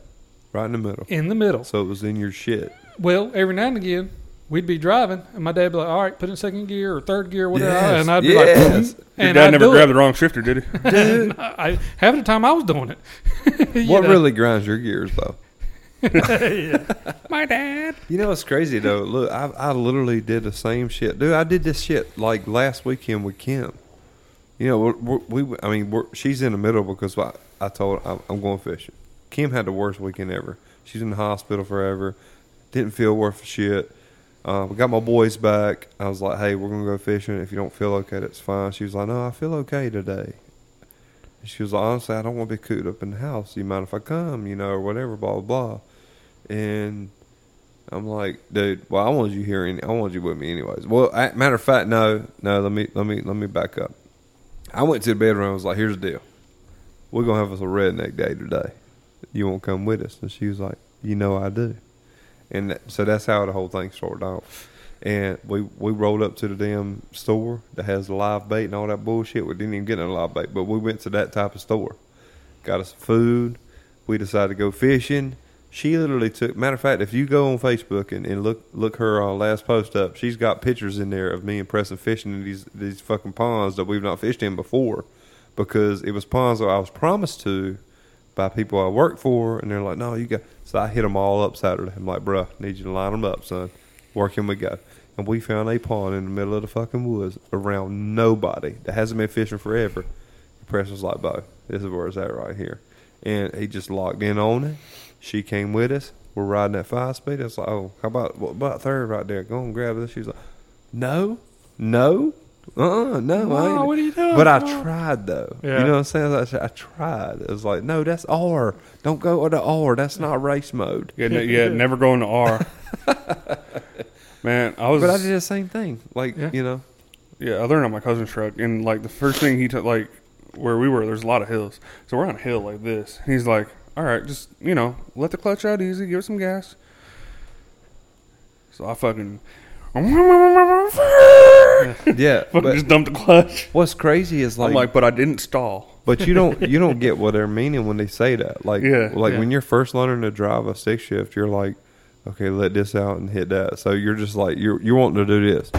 right in the middle. In the middle. So it was in your shit. Well, every now and again, we'd be driving, and my dad would be like, "All right, put it in second gear or third gear, whatever," Yes, and I'd be yes. like, "Mm-hmm." "Hmm?" Your and dad I'd never do grabbed it. the wrong shifter, did he? Dude, I, half the time I was doing it. You What know? really grinds your gears though? My dad. You know what's crazy though? Look, I, I literally did the same shit, dude. I did this shit like last weekend with Kim. You know, we're, we we I mean, we're, she's in the middle because I, I told her I'm, I'm going fishing. Kim had the worst weekend ever. She's in the hospital forever. Didn't feel worth a shit. Um, got my boys back. I was like, hey, we're gonna go fishing. If you don't feel okay, that's fine. She was like, no, I feel okay today. And she was like, honestly, I don't want to be cooped up in the house. You mind if I come? You know, or whatever, blah blah blah. And I'm like, dude. Well, I wanted you here. Any, I wanted you with me, anyways. Well, I, matter of fact, no, no. Let me, let me, let me back up. I went to the bedroom. I was like, here's the deal. We're gonna have us a redneck day today. You won't come with us? And she was like, you know I do. And that, so that's how the whole thing started off. And we we rolled up to the damn store that has live bait and all that bullshit. We didn't even get no live bait, but we went to that type of store. Got us food. We decided to go fishing. She literally took. Matter of fact, if you go on Facebook and, and look look her uh, last post up, she's got pictures in there of me and Preston fishing in these these fucking ponds that we've not fished in before, because it was ponds that I was promised to by people I work for, and they're like, "No, you got." So I hit them all up Saturday. I'm like, "Bruh, need you to line them up, son. Where can we go?" And we found a pond in the middle of the fucking woods around nobody that hasn't been fishing forever. Press was like, "Bo, this is where it's at right here," and he just locked in on it. She came with us. We're riding that five speed. It's like, "Oh, how about what about third right there? Go and grab this." She's like, "No, no, uh, uh no, I ain't." Wow, what are you doing? But I Oh. Wow. tried though. Yeah. You know what I'm saying? I, said, I tried. It was like, no, that's R. Don't go to R. That's not race mode. Yeah, ne- yeah, never going to R. Man, I was. But I did the same thing. Like, Yeah. you know, Yeah, I learned on my cousin's truck, and like the first thing he took, like where we were, there's a lot of hills, so we're on a hill like this. And he's like, "All right, just you know, let the clutch out easy, give it some gas." So I fucking, fucking yeah. just but dumped the clutch. what's crazy is I'm like, but I didn't stall. But you don't you don't get what they're meaning when they say that. Like Yeah. like Yeah. when you're first learning to drive a six shift, you're like, okay, let this out and hit that. So you're just like you're you're wanting to do this,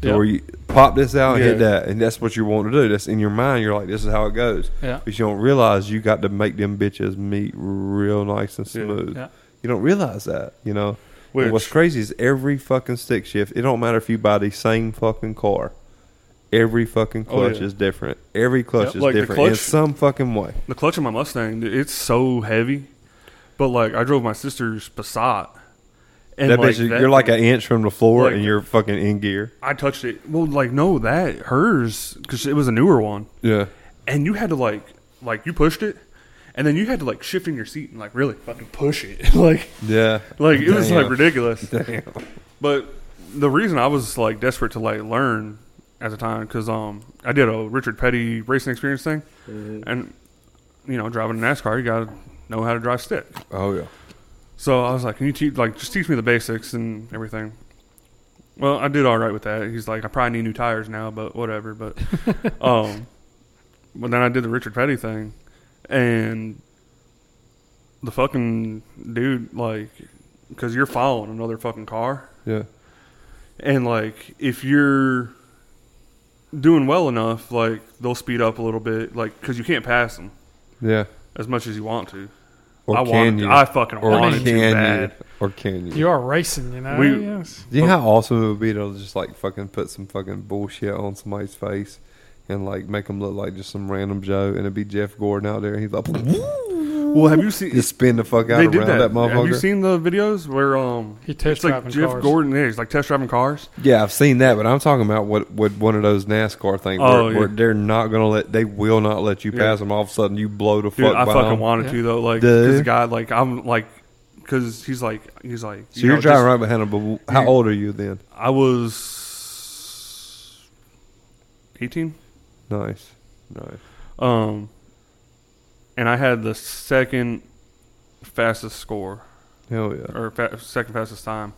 Yeah. or you pop this out and hit Yeah. that, and that's what you want to do. That's in your mind. You're like, this is how it goes. Yeah. But you don't realize you got to make them bitches meet real nice and Yeah. smooth. Yeah. You don't realize that. You know. And Which- what's crazy is every fucking stick shift. It don't matter if you buy the same fucking car. Every fucking Oh, yeah. clutch is different. Every clutch Yep, is like the different in clutch- some fucking way. The clutch on my Mustang, dude, it's so heavy. But like, I drove my sister's Passat, and that bitch, that- you're like an inch from the floor like- and you're fucking in gear. I touched it. Well, like no, that hers because it was a newer one, Yeah. and you had to like, like you pushed it, and then you had to like shift in your seat and like really fucking push it, like, Yeah. like it was like Damn. ridiculous. Damn. But the reason I was like desperate to like learn at the time because um I did a Richard Petty racing experience thing, Mm-hmm. and you know driving a NASCAR you gotta know how to drive stick. Oh yeah. So I was like, can you teach like just teach me the basics and everything. Well, I did all right with that. He's like, I probably need new tires now, but whatever. But um, but then I did the Richard Petty thing, and the fucking dude like, because you're following another fucking car. Yeah. And like if you're doing well enough, like they'll speed up a little bit, like because you can't pass them Yeah. as much as you want to. Or I can wanted, you? I fucking or wanted can to you? bad. Or can you? You are racing, you know. We- yes. Do you know Oh. how awesome it would be to just like fucking put some fucking bullshit on somebody's face and like make them look like just some random Joe and it'd be Jeff Gordon out there and he's like, Well, have you seen? just spin the fuck out They around did that, that. have you motherfucker. seen the videos where um? He test it's like driving Jeff cars. Gordon. Yeah, he's like test driving cars. yeah, I've seen that, but I'm talking about what, what one of those NASCAR things Oh, where, yeah. where they're not gonna let they will not let you Yeah. pass them. All of a sudden, you blow the Dude, fuck I by fucking them. wanted Yeah. to though. Like, Dude. because the guy, like, I'm like, because he's like, he's like, So you are know, driving just- right behind him, but how you- old are you then? I was eighteen. Nice, nice. Um, and I had the second fastest score Hell yeah. or fa- second fastest time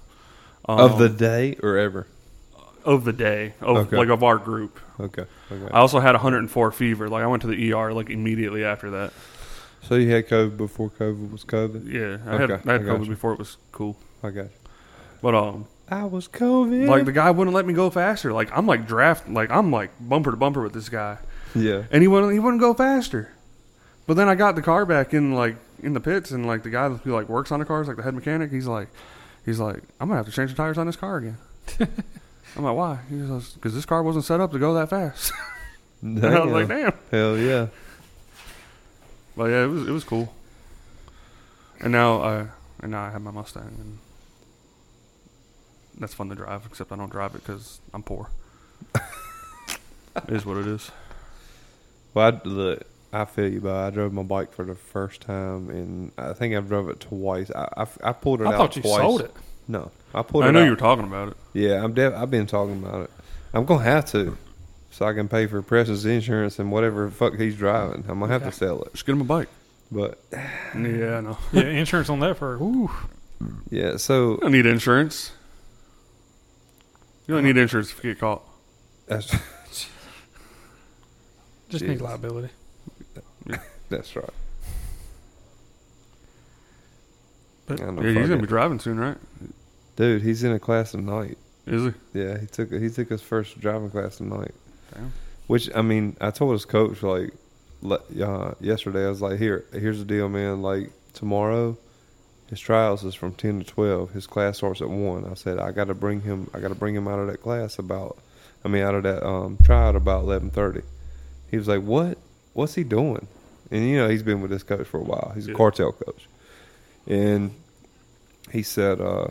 um, of the day or ever? of the day of Okay. like of our group. Okay, okay. I also had 104 fever. Like I went to the ER like immediately after that. so you had COVID before COVID was COVID. Yeah, I had Okay, I had I COVID gotcha. before it was cool. I got. You. But um, I was COVID. like the guy wouldn't let me go faster. Like I'm like draft. Like I'm like bumper to bumper with this guy, yeah. and he wouldn't he wouldn't go faster. But then I got the car back in like in the pits, and like the guy who like works on the cars, like the head mechanic, he's like, he's like, I'm gonna have to change the tires on this car again. I'm like, why? He goes, because this car wasn't set up to go that fast. and I was like, Damn. damn. Hell yeah. But yeah, it was it was cool. And now I and now I have my Mustang, and that's fun to drive. Except I don't drive it because I'm poor. it is what it is. Well, I, look, I feel you, but I drove my bike for the first time, and I think I drove it twice. I, I, I pulled it I out thought you twice. sold it. No, I pulled I it know out. you were talking about it. Yeah, I'm. Def- I've been talking about it. I'm gonna have to, so I can pay for Preston's insurance and whatever the fuck he's driving. I'm gonna have to Okay. sell it. Just get him a bike. But Yeah, I know. Yeah, insurance on that for ooh. yeah, so You don't need insurance. You don't need insurance if you get caught. that's Just need Jeez. liability. that's right. But- I know, Yeah, he's fuck gonna it. be driving soon, right? dude. He's in a class tonight. Is he? Yeah, he took he took his first driving class tonight. Damn. Which I mean, I told his coach like le- uh, yesterday. I was like, "Here, here's the deal, man. Like tomorrow, his trials is from ten to twelve. His class starts at one. I said, I got to bring him. I got to bring him out of that class about. I mean, out of that um, trial at about eleven thirty. He was like, "What? What's he doing?" And you know, he's been with this coach for a while. He's a Yeah. cartel coach, and he said, uh,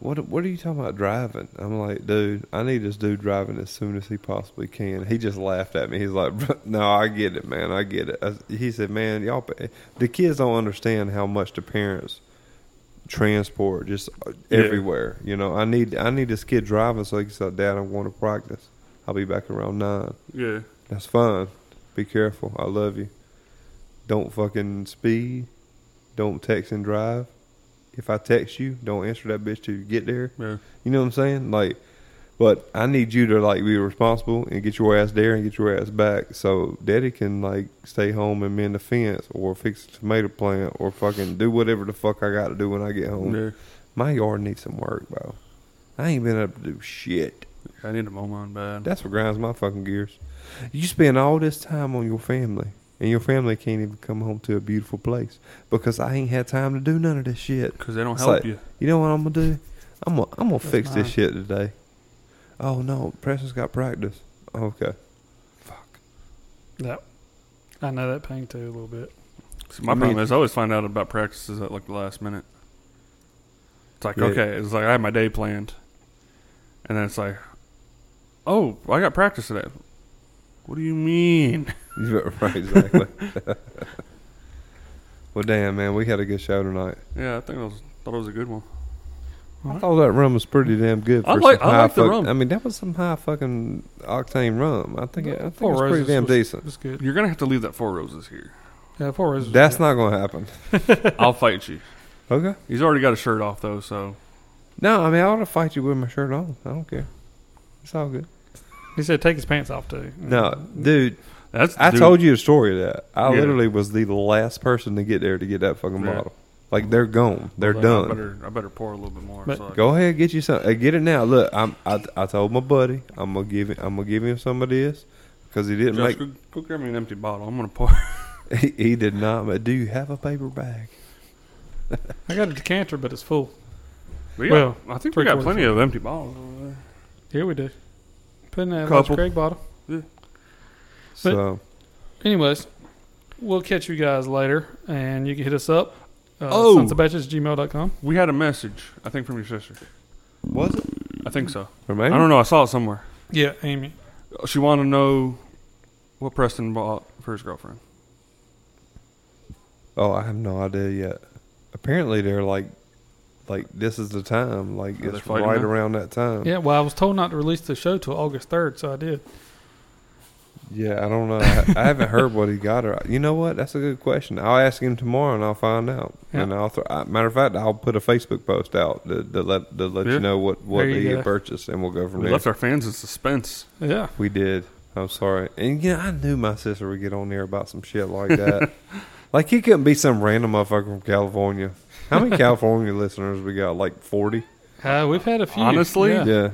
"What? What are you talking about driving?" I'm like, "Dude, I need this dude driving as soon as he possibly can." He just laughed at me. He's like, "Bruh, "No, I get it, man. I get it." I, he said, "Man, y'all, pa- the kids don't understand how much the parents." transport just uh, Yeah. everywhere you know i need i need this kid driving so he can say dad i'm going to practice i'll be back around nine Yeah. that's fine. Be careful. I love you. Don't fucking speed. Don't text and drive. If I text you, don't answer that bitch till you get there. Yeah. You know what I'm saying? Like, but I need you to like be responsible and get your ass there and get your ass back, so Daddy can like stay home and mend the fence or fix the tomato plant or fucking do whatever the fuck I got to do when I get home. Yeah. My yard needs some work, bro. I ain't been able to do shit. I need to mow mine bad. That's what grinds my fucking gears. You spend all this time on your family, and your family can't even come home to a beautiful place because I ain't had time to do none of this shit. Because they don't It's help like- you. You know what I'm gonna do? I'm gonna, I'm gonna That's fix mine. this shit today. Oh no, Preston's got practice. Oh, okay. Fuck. That I know that pain too a little bit. See, my I mean- problem is I always find out about practices at like the last minute. It's like Yeah. okay, it's like I had my day planned, and then it's like, oh, I got practice today. What do you mean? right, exactly. well, damn, man, we had a good show tonight. Yeah, I think it was thought it was a good one. I thought that rum was pretty damn good. For I like- some I high like the fuck- rum. I mean, that was some high fucking octane rum. I think it, I think Four it's pretty Roses damn was- decent. It's good. You're gonna have to leave that four roses here. Yeah, four roses. That's not gonna happen. I'll fight you. Okay. He's already got a shirt off though, so No, I mean I ought to fight you with my shirt on. I don't care. It's all good. He said take his pants off too. No, dude, that's. I dude, told you the story of that. I Yeah. literally was the last person to get there to get that fucking Yeah. bottle. Like they're gone. They're I done. better, I better pour a little bit more. But- so I- Go ahead, get you some. uh, Get it now. Look, I'm, I I told my buddy I'm gonna give him, I'm gonna give him some of this because he didn't Josh, make go, go grab me an empty bottle. I'm gonna pour. he, he did not. ma- Do you have a paper bag? I got a decanter, but it's full. We got, Well, I think we got three-quarters plenty of empty bottles over there. Here we do. Putting that Lodge Couple. Craig bottle. So Anyways, we'll catch you guys later, and you can hit us up. Uh, Oh. gmail.com. We had a message, I think, from your sister. was it I think so. for me? I don't know. I saw it somewhere. Yeah, Amy. She wanted to know what Preston bought for his girlfriend. Oh, I have no idea yet. Apparently, they're like like this is the time. Like Are they it's fighting right now? around that time. Yeah, well, I was told not to release the show till August 3rd, so I did. Yeah, I don't know. I, I haven't heard what he got her. You know what? That's a good question. I'll ask him tomorrow and I'll find out. Yeah. And I'll th- I, matter of fact, I'll put a Facebook post out to, to let to let Yeah. you know what what There you he go. had purchased, and we'll go from We there. left our fans in suspense. Yeah. We did. I'm sorry. And you know, I knew my sister would get on there about some shit like that. like he couldn't be some random motherfucker from California. How many California listeners we got? Like forty. Uh, we've had a few. Honestly? Yeah. Yeah.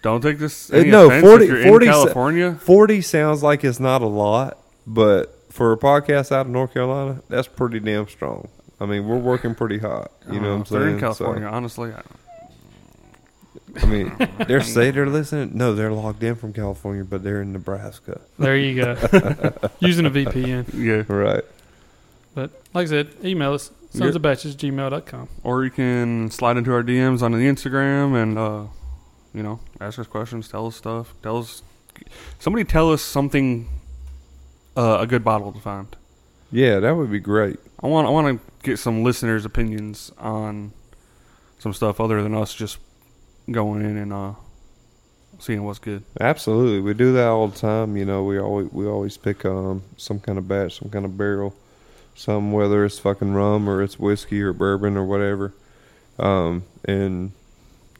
Don't take this. Uh, Any no, offense 40 if you're 40 in California. 40 sounds like it's not a lot, but for a podcast out of North Carolina, that's pretty damn strong. I mean, we're working pretty hot. You know what I'm Uh, if They're saying? in California. Honestly, I, So, I mean, they are say they're listening. No, they're logged in from California, but they're in Nebraska. There you go. Using a VPN. yeah. Right. But like I said, email us, sons of batches, gmail.com. Or you can slide into our DMs on the Instagram and uh, you know ask us questions, tell us stuff, tell us. Somebody tell us something. Uh, a good bottle to find. Yeah, that would be great. I want I want to get some listeners' opinions on some stuff other than us just going in and uh, seeing what's good. Absolutely. We do that all the time. You know, we always we always pick um some kind of batch, some kind of barrel, some whether it's fucking rum or it's whiskey or bourbon or whatever. Um and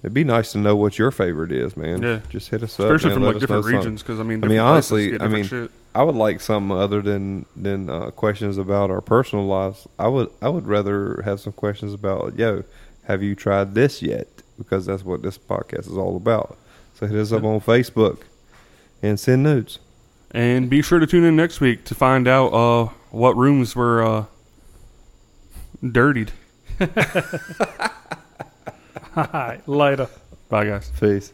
it'd be nice to know what your favorite is, man. Yeah. Just hit us Especially up. man. from Let like us know different something. regions, because I mean, I mean, different places honestly, get I different mean, shit. I would like something other than than uh, questions about our personal lives. I would I would rather have some questions about yo, have you tried this yet? Because that's what this podcast is all about. So hit us up on Facebook and send nudes. and be sure to tune in next week to find out uh, what rooms were uh, dirtied. All right. Later. Bye, guys. Peace.